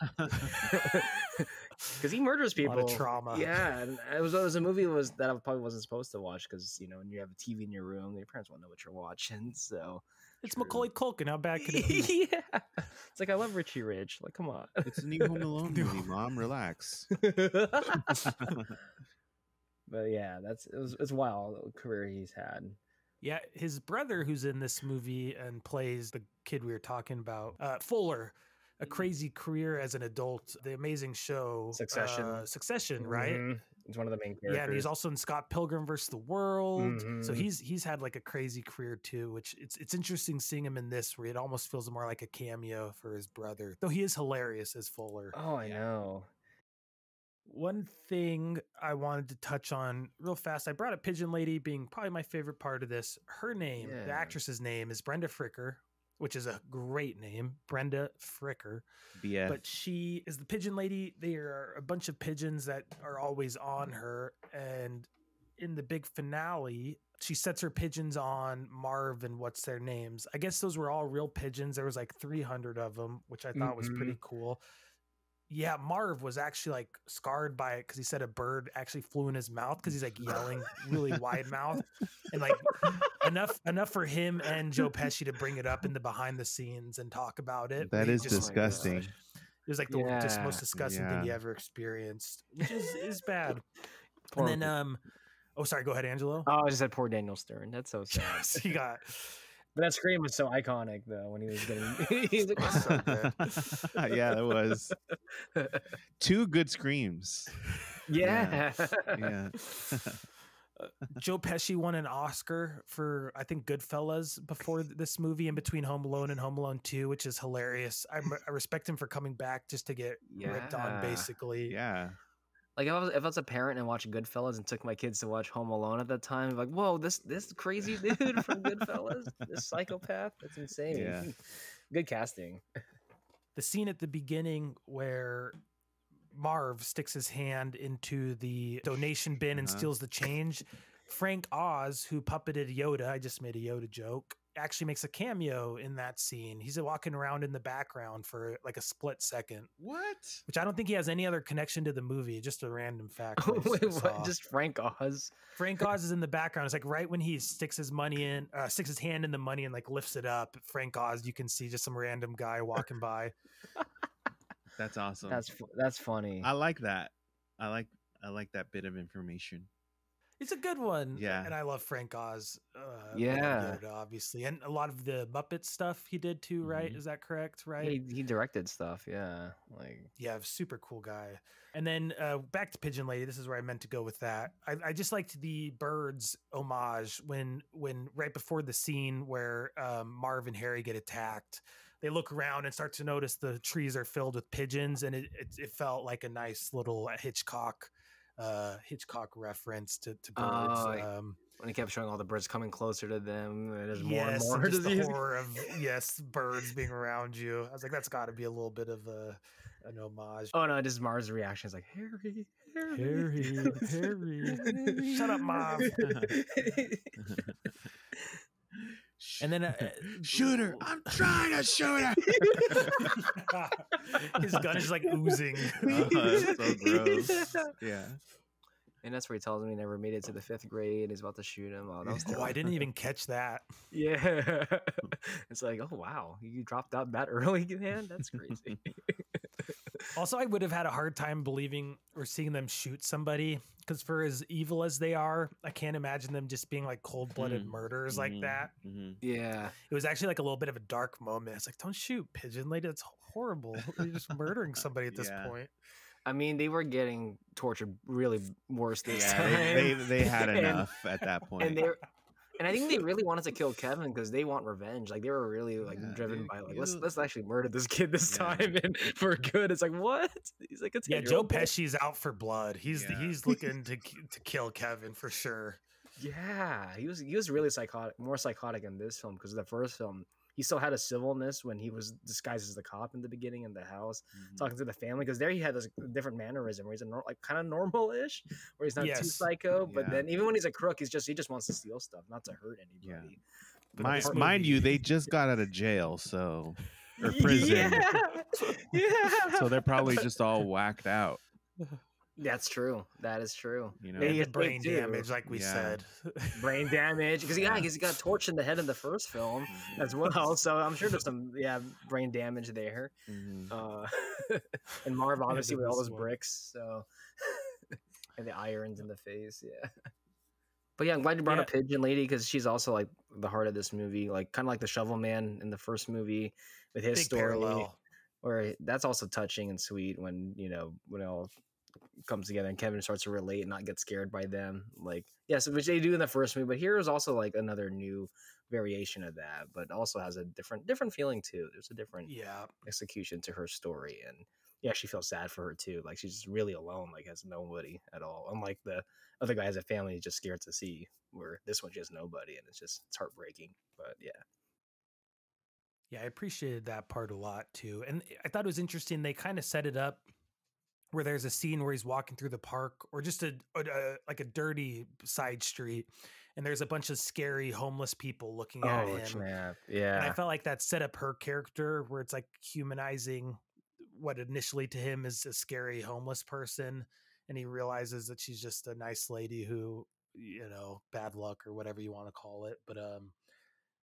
Speaker 3: because he murders
Speaker 1: A
Speaker 3: people.
Speaker 1: lot of trauma.
Speaker 3: Yeah, and it was it was a movie that was that I probably wasn't supposed to watch because you know when you have a TV in your room, your parents won't know what you're watching. So
Speaker 1: it's
Speaker 3: True.
Speaker 1: Macaulay Culkin. How bad could it be?
Speaker 3: yeah, it's like I love Richie Rich. Like, come on.
Speaker 2: It's a new Home Alone movie, Mom. Relax.
Speaker 3: but yeah, that's it was it's wild the career he's had.
Speaker 1: Yeah, his brother, who's in this movie and plays the kid we were talking about, uh, Fuller, a
Speaker 3: Mm-hmm.
Speaker 1: crazy career as an adult, the amazing show
Speaker 3: Succession.
Speaker 1: uh, Succession, right?
Speaker 3: Mhm. He's one of the main characters.
Speaker 1: Yeah, and he's also in Scott Pilgrim versus the World. So
Speaker 3: Mhm.
Speaker 1: he's he's had like a crazy career too, which it's it's interesting seeing him in this where it almost feels more like a cameo for his brother. Though he is hilarious as Fuller.
Speaker 3: Oh, I know.
Speaker 1: One thing I wanted to touch on real fast, I brought up Pigeon Lady being probably my favorite part of this. Her name, the
Speaker 3: Yeah.
Speaker 1: actress's name, is Brenda Fricker, which is a great name, Brenda Fricker.
Speaker 2: BF.
Speaker 1: But she is the pigeon lady. There are a bunch of pigeons that are always on her. And in the big finale, she sets her pigeons on Marv and what's their names. I guess those were all real pigeons. There was like 300 of them, which I thought was
Speaker 2: Mm-hmm.
Speaker 1: pretty cool. Yeah, Marv was actually like scarred by it because he said a bird actually flew in his mouth because he's like yelling really wide mouth and like enough enough for him and Joe Pesci to bring it up in the behind the scenes and talk about it.
Speaker 2: that
Speaker 1: We
Speaker 2: is
Speaker 3: Oh
Speaker 1: just, like,
Speaker 2: disgusting.
Speaker 1: it was like the just
Speaker 3: Yeah,
Speaker 1: most disgusting
Speaker 2: yeah.
Speaker 1: thing you ever experienced, which is, is bad.
Speaker 3: Poor
Speaker 1: and then, um, oh, sorry, go ahead, Angelo.
Speaker 3: Oh, I just said poor Daniel Stern. That's so sad.
Speaker 1: Yes, he got.
Speaker 3: But that scream was so iconic though when he was getting he's like, "What's up, man?"
Speaker 2: yeah, that was two good screams.
Speaker 3: Yeah.
Speaker 2: Yeah. Yeah.
Speaker 1: Joe Pesci won an Oscar for I think Goodfellas before th- this movie, in between Home Alone and Home Alone Two, which is hilarious. I, m- I respect him for coming back just to get ripped on,
Speaker 3: Yeah.
Speaker 1: basically.
Speaker 2: Yeah.
Speaker 3: Like if I was if I was a parent and watched Goodfellas and took my kids to watch Home Alone at that time, like, whoa, this this crazy dude from Goodfellas, this psychopath, that's insane.
Speaker 2: Yeah.
Speaker 3: Good casting.
Speaker 1: the scene at the beginning where Marv sticks his hand into the donation bin and
Speaker 2: Uh-huh.
Speaker 1: steals the change. Frank Oz, who puppeted Yoda, I just made a Yoda joke, actually makes a cameo in that scene. He's walking around in the background for like a split second,
Speaker 2: What?
Speaker 1: which I don't think he has any other connection to the movie. Just a random fact. I
Speaker 3: Wait,
Speaker 1: s- saw.
Speaker 3: what? Just Frank Oz.
Speaker 1: Frank Oz is in the background. It's like right when he sticks his money in, uh, sticks his hand in the money and like lifts it up. Frank Oz, you can see just some random guy walking by.
Speaker 2: That's awesome.
Speaker 3: That's fu- that's funny.
Speaker 2: I like that. I like I like that bit of information.
Speaker 1: It's a good one.
Speaker 2: Yeah.
Speaker 1: And I love Frank Oz. Uh, with
Speaker 3: Yeah.
Speaker 1: Yoda, obviously. And a lot of the Muppet stuff he did too, right?
Speaker 2: Mhm.
Speaker 3: Mm-hmm.
Speaker 1: Is that correct? Right?
Speaker 3: He he directed stuff, yeah. Like
Speaker 1: Yeah, super cool guy. And then uh, back to Pigeon Lady. This is where I meant to go with that. I, I just liked the birds homage when when right before the scene where um, Marv and Harry get attacked, they look around and start to notice the trees are filled with pigeons, and it it, it felt like a nice little Hitchcock uh, Hitchcock reference to, to birds.
Speaker 3: Oh, I-
Speaker 1: um,
Speaker 3: when he kept showing all the birds coming closer to them, and there's more
Speaker 1: yes,
Speaker 3: and more
Speaker 1: just the
Speaker 3: disease.
Speaker 1: horror of yes, birds being around you. I was like, that's got to be a little bit of a an homage.
Speaker 3: Oh no, just Mars' reaction is like Harry, Harry,
Speaker 1: Harry. Shut up, Marv. And then, uh,
Speaker 2: shoot her. I'm trying to shoot her.
Speaker 1: His gun is like oozing.
Speaker 2: Uh-huh, so gross. Yeah.
Speaker 3: and that's where he tells him he never made it to the fifth grade. and He's about to shoot him. Oh, that was
Speaker 1: Oh, I
Speaker 3: terrible.
Speaker 1: didn't even catch that.
Speaker 3: Yeah, it's like, oh wow, you dropped out that early, man. That's crazy.
Speaker 1: Also, I would have had a hard time believing or seeing them shoot somebody because, for as evil as they are, I can't imagine them just being like cold blooded
Speaker 2: Mhm.
Speaker 1: murderers like
Speaker 2: Mhm,
Speaker 1: that.
Speaker 2: mhm.
Speaker 3: yeah,
Speaker 1: It was actually like a little bit of a dark moment. It's like, don't shoot, pigeon lady. That's horrible. You're just murdering somebody at this
Speaker 2: Yeah.
Speaker 1: point.
Speaker 3: I mean, they were getting tortured really worse this
Speaker 2: Yeah,
Speaker 3: time.
Speaker 2: they, they, they had
Speaker 3: And-
Speaker 2: enough at that point.
Speaker 3: and they are and I think they really wanted to kill Kevin because they want revenge. Like they were really like
Speaker 2: Yeah,
Speaker 3: driven
Speaker 2: dude,
Speaker 3: by like let's
Speaker 2: you-
Speaker 3: let's actually murder this kid this
Speaker 2: Yeah.
Speaker 3: time and for good. It's like what? He's like it's
Speaker 1: Yeah, Joe Pesci's out for blood. He's
Speaker 2: Yeah.
Speaker 1: he's looking to k- to kill Kevin for sure.
Speaker 3: Yeah, he was he was really psychotic, more psychotic in this film because the first film he still had a civilness when he was disguised as the cop in the beginning in the house,
Speaker 2: Mm-hmm.
Speaker 3: talking to the family. Because there he had this different mannerism where he's a nor- like kind of normal-ish, where he's not too
Speaker 1: Yes.
Speaker 3: psycho. But
Speaker 2: Yeah.
Speaker 3: then even when he's a crook, he's just he just wants to steal stuff, not to hurt anybody. But
Speaker 2: mind,
Speaker 3: this
Speaker 2: mind
Speaker 3: movie-
Speaker 2: you, they just got out of jail, so or
Speaker 3: Yeah.
Speaker 2: prison,
Speaker 3: yeah.
Speaker 2: so they're probably just all whacked out.
Speaker 3: That's true. That is true.
Speaker 2: You know,
Speaker 3: They
Speaker 10: They
Speaker 3: just-
Speaker 10: had brain
Speaker 3: do.
Speaker 10: damage, like we
Speaker 2: Yeah.
Speaker 10: said.
Speaker 3: Brain damage because
Speaker 2: Yeah.
Speaker 3: yeah, because he got torched in the head in the first film
Speaker 2: Mm-hmm.
Speaker 3: as well. So I'm sure there's some yeah brain damage there.
Speaker 2: Mhm.
Speaker 3: Uh, and Marv obviously
Speaker 1: there
Speaker 3: with all
Speaker 1: was
Speaker 3: those
Speaker 1: one.
Speaker 3: bricks, so and the irons in the face, yeah. But yeah, I'm glad you brought up Pigeon Lady because she's also like the heart of this movie, like kind of like the Shovel Man in the first movie with his
Speaker 10: Big
Speaker 3: story.
Speaker 10: parallel.
Speaker 3: Where that's also touching and sweet when you know when it all comes together and Kevin starts to relate and not get scared by them. Like yes, which they do in the first movie, but here is also like another new variation of that, but also has a different different feeling too. There's a different
Speaker 10: Yeah.
Speaker 3: execution to her story and yeah she feels sad for her too like she's just really alone like has nobody at all unlike the other guy has a family he's just scared to see where this one she has nobody and it's just it's heartbreaking but yeah
Speaker 1: Yeah, I appreciated that part a lot too. And I thought it was interesting. They kind of set it up where there's a scene where he's walking through the park or just a, a, a like a dirty side street and there's a bunch of scary homeless people looking
Speaker 3: Oh,
Speaker 1: at him.
Speaker 3: snap
Speaker 1: Oh, And I
Speaker 3: yeah
Speaker 1: felt like that set up her character where it's like humanizing what initially to him is a scary homeless person and he realizes that she's just a nice lady who you know bad luck or whatever you want to call it but um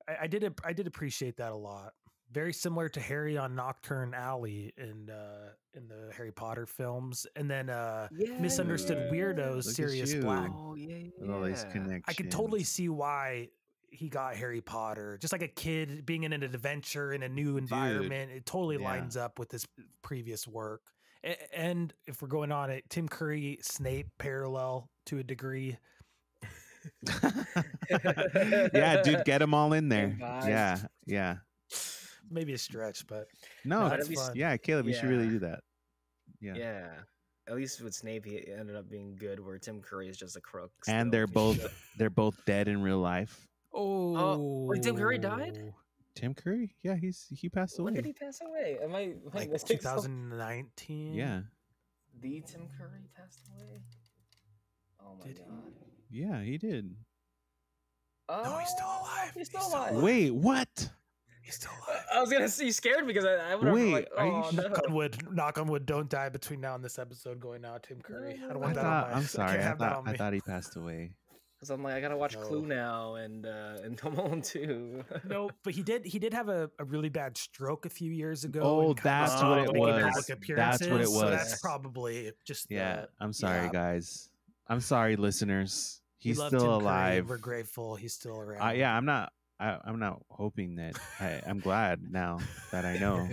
Speaker 1: I, I did ap- I did appreciate that a lot very similar to Harry on Nocturne Alley in uh in the Harry Potter films and then uh Misunderstood
Speaker 2: Yeah.
Speaker 1: Weirdos
Speaker 2: Look at
Speaker 1: Serious
Speaker 2: you.
Speaker 1: Black
Speaker 3: oh yeah,
Speaker 2: with all these
Speaker 3: yeah.
Speaker 2: connections.
Speaker 1: I could totally see why he got Harry Potter. Just like a kid being in an adventure in a new environment, it totally
Speaker 2: yeah.
Speaker 1: lines up with his previous work. A- And if we're going on it, Tim Curry Snape parallel to a degree.
Speaker 2: yeah, dude, get them all in there.
Speaker 3: vibes.
Speaker 2: Yeah, yeah.
Speaker 1: Maybe a stretch, but
Speaker 2: No,
Speaker 1: that'd
Speaker 2: that's-
Speaker 1: be fun.
Speaker 2: yeah, Caleb, you should really
Speaker 3: Yeah.
Speaker 2: do that. Yeah,
Speaker 3: yeah. at least with snape he ended up being good where tim curry is just a crook
Speaker 2: and
Speaker 3: still.
Speaker 2: they're
Speaker 3: He's
Speaker 2: both
Speaker 3: just-
Speaker 2: they're both dead in real life.
Speaker 1: oh,
Speaker 3: wait, Tim Curry died?
Speaker 2: Tim Curry, yeah, he's he passed
Speaker 3: when
Speaker 2: away.
Speaker 3: Oh. did he pass away am i am I
Speaker 1: like
Speaker 3: missing something?
Speaker 1: 2019.
Speaker 2: yeah,
Speaker 3: the Tim Curry passed away. Oh my
Speaker 1: Did he?
Speaker 3: god!
Speaker 2: yeah, he did.
Speaker 3: Oh,
Speaker 1: No, he's still alive.
Speaker 3: He's still alive.
Speaker 2: Wait, what?
Speaker 1: he's still
Speaker 3: I-
Speaker 1: alive.
Speaker 3: I was gonna say you scared because I, I would have
Speaker 2: Wait,
Speaker 3: been like,
Speaker 2: are you
Speaker 3: oh
Speaker 2: sh-
Speaker 3: no.
Speaker 1: Knock on wood. Knock on wood. Don't die between now and this episode going out, Tim Curry. I don't
Speaker 2: I
Speaker 1: want that
Speaker 2: thought,
Speaker 1: on my.
Speaker 2: I'm
Speaker 1: can't
Speaker 2: sorry. I
Speaker 1: have that
Speaker 2: thought
Speaker 1: on
Speaker 2: I
Speaker 1: me.
Speaker 2: thought he passed away.
Speaker 3: Because I'm like, I gotta watch Clue
Speaker 1: No.
Speaker 3: now and uh, and Home Alone too.
Speaker 1: No, but he did. He did have a, a really bad stroke a few years ago.
Speaker 2: Oh,
Speaker 1: and kinda
Speaker 2: that's
Speaker 1: stopped
Speaker 3: what it
Speaker 1: making
Speaker 3: was.
Speaker 1: public
Speaker 2: That's what it
Speaker 1: appearances, So
Speaker 3: was.
Speaker 1: that's probably just
Speaker 2: Yeah,
Speaker 1: the-
Speaker 2: I'm sorry,
Speaker 1: yeah.
Speaker 2: guys. I'm sorry, listeners.
Speaker 1: we
Speaker 2: He's
Speaker 1: love
Speaker 2: still
Speaker 1: Tim Curry, and
Speaker 2: alive.
Speaker 1: We're grateful he's still around.
Speaker 2: I, yeah, I'm not. I, I'm not hoping that. I, I'm glad now that I know,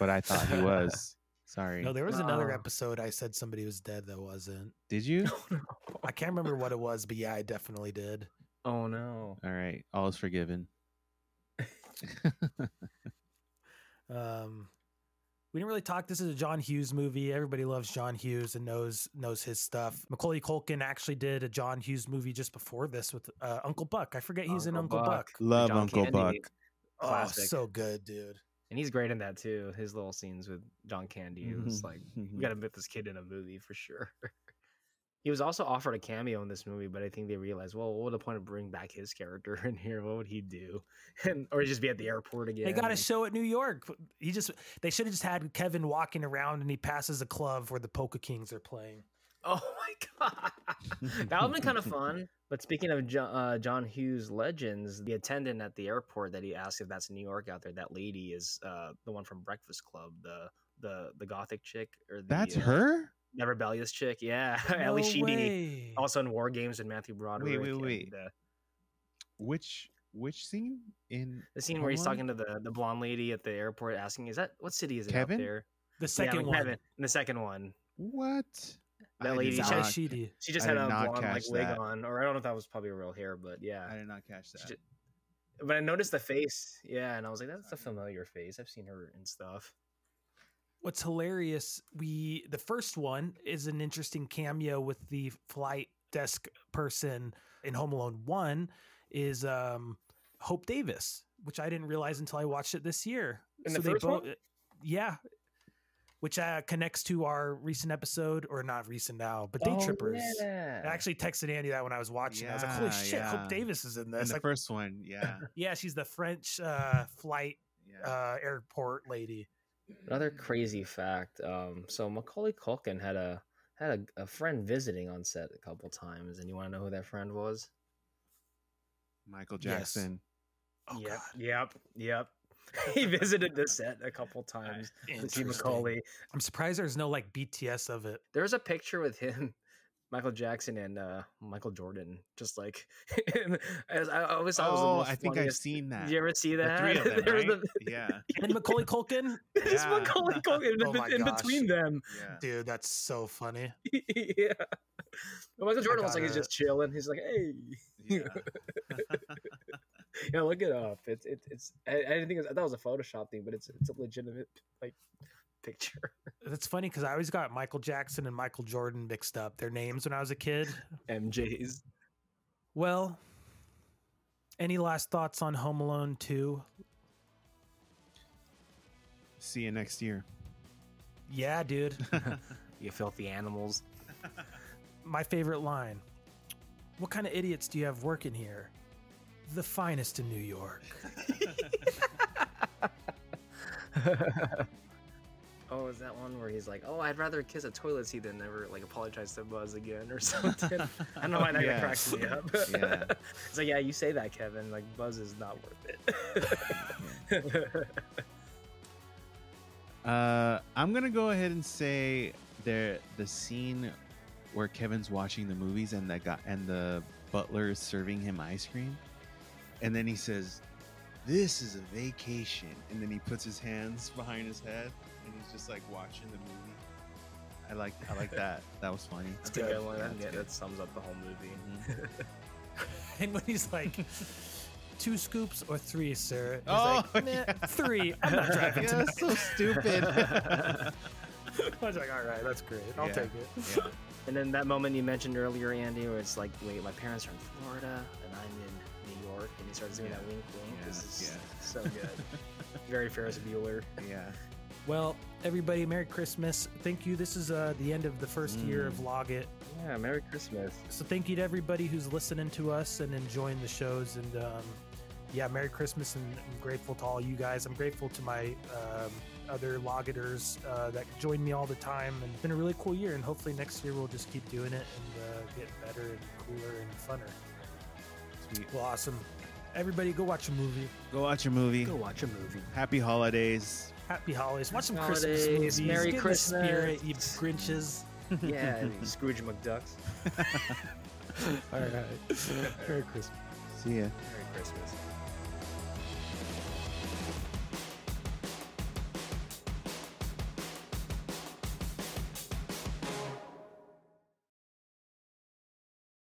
Speaker 2: but I thought he was. Sorry.
Speaker 1: No, there was another
Speaker 3: Wow.
Speaker 1: episode I said somebody was dead that wasn't.
Speaker 2: Did you?
Speaker 1: I can't remember what it was, but yeah, I definitely did.
Speaker 3: oh no!
Speaker 2: All right, all is forgiven.
Speaker 1: Um, we didn't really talk. This is a John Hughes movie. Everybody loves John Hughes and knows knows his stuff. Macaulay Culkin actually did a John Hughes movie just before this with uh, Uncle Buck. I forget he's in Uncle Buck.
Speaker 2: Love
Speaker 3: John
Speaker 2: Uncle
Speaker 3: Candy.
Speaker 2: Buck.
Speaker 1: Oh,
Speaker 3: Classic.
Speaker 1: so good, dude.
Speaker 3: and he's great in that too. His little scenes with John Candy it
Speaker 1: Mm-hmm.
Speaker 3: was like, we gotta put this kid in a movie for sure. he was also offered a cameo in this movie, but I think they realized, well, what would the point of bringing back his character in here? What would he do? And or just be at the airport again?
Speaker 1: They got a
Speaker 3: and-
Speaker 1: show at New York. He just they should have just had Kevin walking around and he passes a club where the Polka Kings are playing.
Speaker 3: Oh my god, that would been kind of fun. But speaking of jo- uh, John Hughes legends, the attendant at the airport that he asked if that's New York out there, that lady is uh, the one from Breakfast Club, the the the gothic chick or the,
Speaker 2: That's
Speaker 3: uh,
Speaker 2: her.
Speaker 3: the rebellious chick. Yeah, Ellie
Speaker 1: No
Speaker 3: Sheedy,
Speaker 1: way.
Speaker 3: also in War Games with Matthew Broderick.
Speaker 2: wait,
Speaker 3: and,
Speaker 2: wait.
Speaker 3: uh,
Speaker 2: Which which scene in
Speaker 3: the scene where he's
Speaker 2: Hold
Speaker 3: talking
Speaker 2: on.
Speaker 3: to the the blonde lady at the airport, asking, "Is that what city is it
Speaker 2: Kevin?
Speaker 3: out there?"
Speaker 1: the
Speaker 3: Yeah,
Speaker 1: second
Speaker 3: like
Speaker 1: one,
Speaker 3: Kevin. And the second one.
Speaker 2: what? I
Speaker 3: That
Speaker 2: did
Speaker 3: lady-
Speaker 1: It's
Speaker 3: She's
Speaker 1: Ally
Speaker 2: not-
Speaker 1: Sheedy.
Speaker 3: She just
Speaker 2: I
Speaker 3: had
Speaker 2: did
Speaker 3: a
Speaker 2: not
Speaker 3: blonde like
Speaker 2: catch
Speaker 3: wig
Speaker 2: that.
Speaker 3: on, or I don't know if that was probably real hair, but yeah.
Speaker 2: I did not catch
Speaker 3: She
Speaker 2: that.
Speaker 3: ju- but I noticed the face, yeah, and I was like, "That's a familiar face. I've seen her and stuff."
Speaker 1: What's hilarious? We the first one is an interesting cameo with the flight desk person in Home Alone One. Is um Hope Davis, which I didn't realize until I watched it this year.
Speaker 3: In the first one?
Speaker 1: yeah, which uh, connects to our recent episode, or not recent now, but Day Trippers.
Speaker 3: Oh, Yeah.
Speaker 1: I actually texted Andy that when I was watching. I was like, "Holy
Speaker 2: Yeah,
Speaker 1: shit,
Speaker 2: yeah.
Speaker 1: Hope Davis is in
Speaker 2: And
Speaker 1: this!"
Speaker 2: the
Speaker 1: Like,
Speaker 2: first one, yeah,
Speaker 1: yeah, she's the French uh, flight
Speaker 2: yeah.
Speaker 1: uh, airport lady.
Speaker 3: Another crazy fact. Um, so Macaulay Culkin had a had a, a friend visiting on set a couple times, and you want to know who that friend was?
Speaker 2: Michael
Speaker 1: Yes.
Speaker 2: Jackson.
Speaker 1: Oh
Speaker 3: yep,
Speaker 1: god,
Speaker 3: yep, yep. he visited the set a couple times. to see
Speaker 1: Interesting.
Speaker 3: Macaulay.
Speaker 1: I'm surprised there's no like BTS of it.
Speaker 3: There's a picture with him, Michael Jackson, and uh, Michael Jordan, just like. as I always thought it was the
Speaker 2: Oh,
Speaker 3: most
Speaker 2: I think I've
Speaker 3: funniest-
Speaker 2: seen that.
Speaker 3: Did you ever see
Speaker 2: The
Speaker 3: that?
Speaker 2: three of them,
Speaker 3: There was
Speaker 2: right?
Speaker 3: the-
Speaker 2: Yeah,
Speaker 1: And Macaulay Culkin,
Speaker 3: There's
Speaker 2: Yeah.
Speaker 3: Macaulay Culkin in,
Speaker 1: Oh
Speaker 3: be-
Speaker 1: my
Speaker 3: in
Speaker 1: gosh.
Speaker 3: between them.
Speaker 2: yeah.
Speaker 1: dude, that's so funny.
Speaker 3: yeah. But Michael Jordan looks like he's
Speaker 1: gotta-
Speaker 3: just chilling. He's like, hey,
Speaker 2: yeah.
Speaker 3: you know, look it up. It's it's it's. I, I didn't think it was, I thought it was a Photoshop thing, but it's it's a legitimate like picture.
Speaker 1: That's funny because I always got Michael Jackson and Michael Jordan mixed up their names when I was a kid.
Speaker 3: MJ's.
Speaker 1: Well, any last thoughts on Home Alone 2?
Speaker 2: See you next year.
Speaker 1: Yeah, dude.
Speaker 3: You filthy animals.
Speaker 1: My favorite line What kind of idiots do you have working here? The finest in New York.
Speaker 3: Oh, is that one where he's like, "Oh, I'd rather kiss a toilet seat than never like apologize to Buzz again" or something? I don't know why that guy
Speaker 2: Yeah.
Speaker 3: cracks me up.
Speaker 2: Yeah.
Speaker 3: it's like, yeah, you say that, Kevin. Like, Buzz is not worth it.
Speaker 2: Uh, I'm gonna go ahead and say there the scene where Kevin's watching the movies and the guy and the butler is serving him ice cream, and then he says, "This is a vacation," and then he puts his hands behind his head and he's just like watching the movie. I like I like that. That was funny.
Speaker 3: That's a good one.
Speaker 2: Yeah,
Speaker 3: That,
Speaker 2: that's good.
Speaker 3: that sums up the whole movie.
Speaker 2: Mhm.
Speaker 1: And when he's like, Two scoops or three, sir? He's
Speaker 2: Oh,
Speaker 1: like, "Nah,
Speaker 2: yeah.
Speaker 1: three. I'm not driving
Speaker 2: Yeah,
Speaker 1: tonight.
Speaker 2: that's so stupid.
Speaker 1: I was like, all right, that's great. I'll
Speaker 2: Yeah.
Speaker 1: take it.
Speaker 2: Yeah.
Speaker 3: And then that moment you mentioned earlier, Andy, where it's like, wait, my parents are in Florida and I'm in New York, and he starts doing
Speaker 2: Yeah.
Speaker 3: that wink wink.
Speaker 2: Yeah,
Speaker 3: This is
Speaker 2: yeah.
Speaker 3: so good. Very Ferris Bueller.
Speaker 2: yeah.
Speaker 1: Well, everybody, Merry Christmas. Thank you. This is uh, the end of the first year of
Speaker 2: Mm.
Speaker 1: Log It.
Speaker 3: Yeah, Merry Christmas.
Speaker 1: So thank you to everybody who's listening to us and enjoying the shows. And um, yeah, Merry Christmas. And I'm grateful to all you guys. I'm grateful to my um, other Logiters uh, that join me all the time. And it's been a really cool year. And hopefully next year we'll just keep doing it and uh, get better and cooler and funner.
Speaker 2: Sweet.
Speaker 1: Well, awesome. Everybody, go watch a movie.
Speaker 2: Go watch a movie.
Speaker 3: watch a movie.
Speaker 2: Happy holidays.
Speaker 1: Happy holidays. Watch some Christmas movies.
Speaker 3: Holidays. Merry
Speaker 1: Get in the spirit, you
Speaker 3: Christmas.
Speaker 1: Grinches.
Speaker 3: Yeah, and Scrooge McDucks.
Speaker 1: All right. Merry Christmas.
Speaker 2: See ya.
Speaker 3: Merry Christmas.